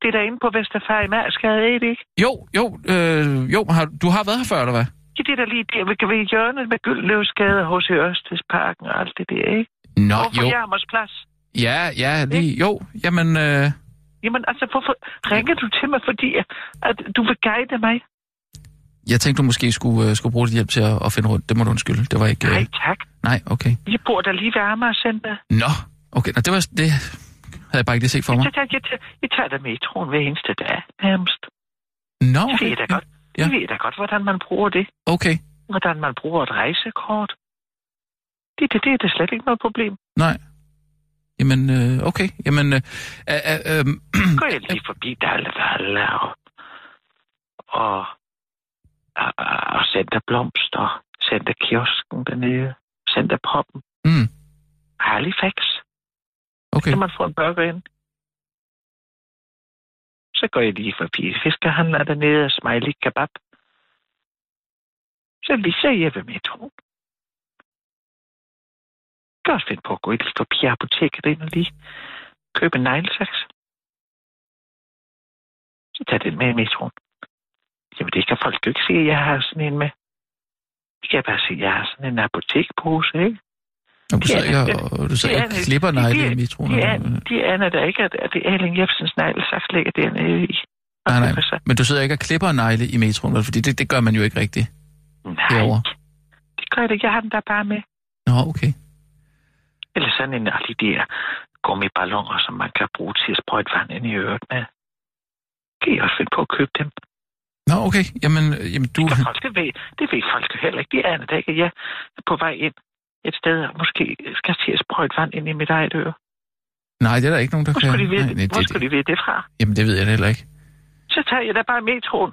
Speaker 9: Det er derinde på Vesterfar i Mærskade, er det ikke?
Speaker 5: Jo, jo, øh, jo, har, du har været her før, eller hvad?
Speaker 9: Ja, det er der lige der ved, ved hjørnet med Gyldløvsgade hos Ørstedsparken og alt det der, ikke?
Speaker 5: Nå,
Speaker 9: Hvorfor
Speaker 5: jo.
Speaker 9: Jarmers Plads?
Speaker 5: Ja, ja, lige, jo. Jamen, øh,
Speaker 9: Jamen, altså, hvorfor ringer du til mig, fordi at, at du vil guide mig?
Speaker 5: jeg tænkte, du måske skulle, øh, skulle bruge dit hjælp til at, at finde rundt. Det må du undskylde. Det var ikke... Øh,
Speaker 9: Nej, tak.
Speaker 5: nej, okay.
Speaker 9: Jeg bor der lige ved Amager Center.
Speaker 5: Nå, okay. Nå, det var... Det havde jeg bare ikke lige set for mig.
Speaker 9: Jeg tager, jeg tager, jeg tager da metroen hver eneste dag, nærmest.
Speaker 5: Nå,
Speaker 9: Det ved jeg da godt. Ja. Jeg ved da godt, hvordan man bruger det.
Speaker 5: Okay.
Speaker 9: Hvordan man bruger et rejsekort. Det, det, det er da slet ikke noget problem.
Speaker 5: Nej. Jamen, øh, okay. Jamen, øh, øh, øh, øh,
Speaker 9: Går jeg lige forbi Dalle Dalle og, og, og, og Center Blomst og Center Kiosken dernede. Center Poppen.
Speaker 5: Mm.
Speaker 9: Halifax.
Speaker 5: Okay.
Speaker 9: Kan man få en burger ind? Så går jeg lige forbi fiskehandler dernede og smiley kebab. Så lige så er jeg ved metroen. Jeg kan også finde på at gå lige forbi apoteket ind og lige købe en neglesaks. Så tager den med i metroen. Jamen det kan folk jo ikke se, at jeg har sådan en med. De kan bare se, at jeg har sådan en apotekpose, ikke?
Speaker 5: Jamen, du
Speaker 9: Ja,
Speaker 5: sidder ikke
Speaker 9: det-
Speaker 5: og, og du sidder
Speaker 9: det
Speaker 5: ikke
Speaker 9: er-
Speaker 5: og klipper
Speaker 9: det-
Speaker 5: negle
Speaker 9: det-
Speaker 5: i metroen.
Speaker 9: De,
Speaker 5: eller-
Speaker 9: an, de aner da ikke, at, at det er Erling Jebsens neglesaks ligger dernede i. Altså,
Speaker 5: Nej, nej. Men du sidder ikke og klipper negle i metroen, vel? Fordi det, det gør man jo ikke rigtigt.
Speaker 9: Nej. Det gør jeg da ikke. Jeg har den der bare med.
Speaker 5: Nå, okay.
Speaker 9: Eller sådan en af de der gummiballoner, som man kan bruge til at sprøjte vand ind i øret med. Kan I også finde på at købe dem?
Speaker 5: Nå, okay. Jamen, øh, jamen du...
Speaker 9: Folk, det, ved, det ved folk jo heller ikke. De aner da ikke, at jeg er på vej ind et sted, og måske skal til at sprøjte vand ind i mit eget øre.
Speaker 5: Nej, det er der ikke nogen, der
Speaker 9: Hvor
Speaker 5: kan...
Speaker 9: skulle de vide,
Speaker 5: Nej, nej,
Speaker 9: hvor
Speaker 5: det,
Speaker 9: skulle de vide det fra?
Speaker 5: jamen, det ved jeg da heller ikke.
Speaker 9: Så tager jeg da bare metroen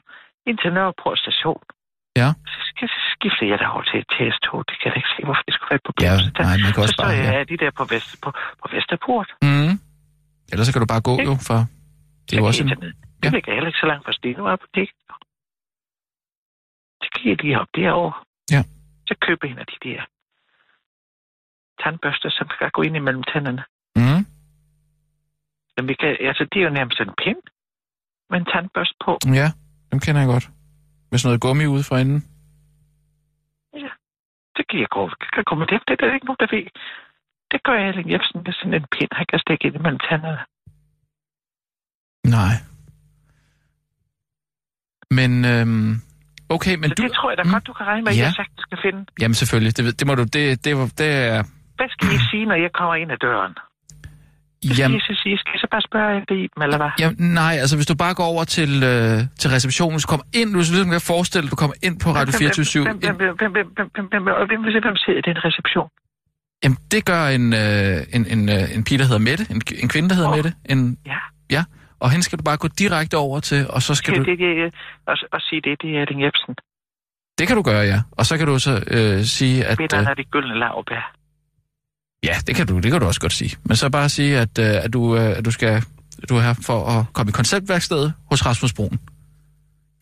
Speaker 9: ind til Nørreport station.
Speaker 5: Ja.
Speaker 9: Så skal- så skifter jeg da over til et TS2. Det kan jeg da ikke se, hvorfor det skulle være et problem.
Speaker 5: Ja,
Speaker 9: Så der-
Speaker 5: nej, man kan også
Speaker 9: så
Speaker 5: bare-
Speaker 9: jeg
Speaker 5: ja.
Speaker 9: ja. de der på, Vest, på, på Vesterport.
Speaker 5: Mm. Ellers så kan du bare gå
Speaker 9: Ikke?
Speaker 5: jo, for det er jo også en...
Speaker 9: Det ligger heller ikke så langt fra Steno Apotek. Så kan jeg lige hoppe derover.
Speaker 5: Ja.
Speaker 9: Så køber en af de der tandbørster, som kan gå ind imellem tænderne.
Speaker 5: Mm.
Speaker 9: Men vi kan, altså, det er jo nærmest en pind med en tandbørst på.
Speaker 5: Ja, dem kender jeg godt. Med sådan noget gummi ude for enden.
Speaker 9: Ja. Det kan jeg godt. Kan komme det, det er der ikke nogen, der ved. Det gør Erling Jebsen med sådan en pind, han kan stikke ind imellem tænderne.
Speaker 5: Nej. Men, øhm, okay, men
Speaker 9: så
Speaker 5: du...
Speaker 9: det tror jeg da mm. godt, du kan regne med, at
Speaker 5: Ja.
Speaker 9: ja. jeg sagtens skal finde.
Speaker 5: Jamen selvfølgelig, det, ved- det må du... Det, det, det, det er...
Speaker 9: Hvad skal I sige, når jeg kommer ind ad døren?
Speaker 5: Jamen,
Speaker 9: Skal I så sige, skal jeg så bare spørge efter Iben, eller hvad?
Speaker 5: jamen, nej, altså hvis du bare går over til, øh, til receptionen, så kom ind, du ligesom kan forestille dig, du kommer ind på Radio 24
Speaker 9: Hvem- hvem- hvem- hvem- hvem- hvem- hvem- hvem- hvem- Hvem vil se, hvem sidder i den reception?
Speaker 5: Jamen, det gør en, øh, en, en, øh, en pige, der hedder Mette, en, en kvinde, der hedder oh. Mette. En,
Speaker 9: ja.
Speaker 5: ja. Og hende skal du bare gå direkte over til, og så skal
Speaker 9: Skal
Speaker 5: du...
Speaker 9: det, det, og, og sige det, det er Erling Jebsen.
Speaker 5: Det kan du gøre, ja. Og så kan du så øh, sige, at...
Speaker 9: Vinderen af de gyldne laverbær.
Speaker 5: ja, det kan, du, det kan du også godt sige. Men så bare sige, at, øh, at, du, øh, at du, skal, du er her for at komme i konceptværkstedet hos Rasmus Broen.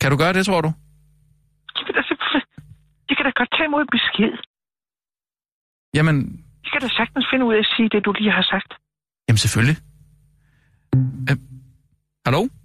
Speaker 5: Kan du gøre det, tror du?
Speaker 9: Jamen, altså, jeg kan da godt tage imod en besked.
Speaker 5: Jamen,
Speaker 9: Jeg kan da sagtens finde ud af at sige det, du lige har sagt.
Speaker 5: jamen selvfølgelig. Øh, Øhm, hallo?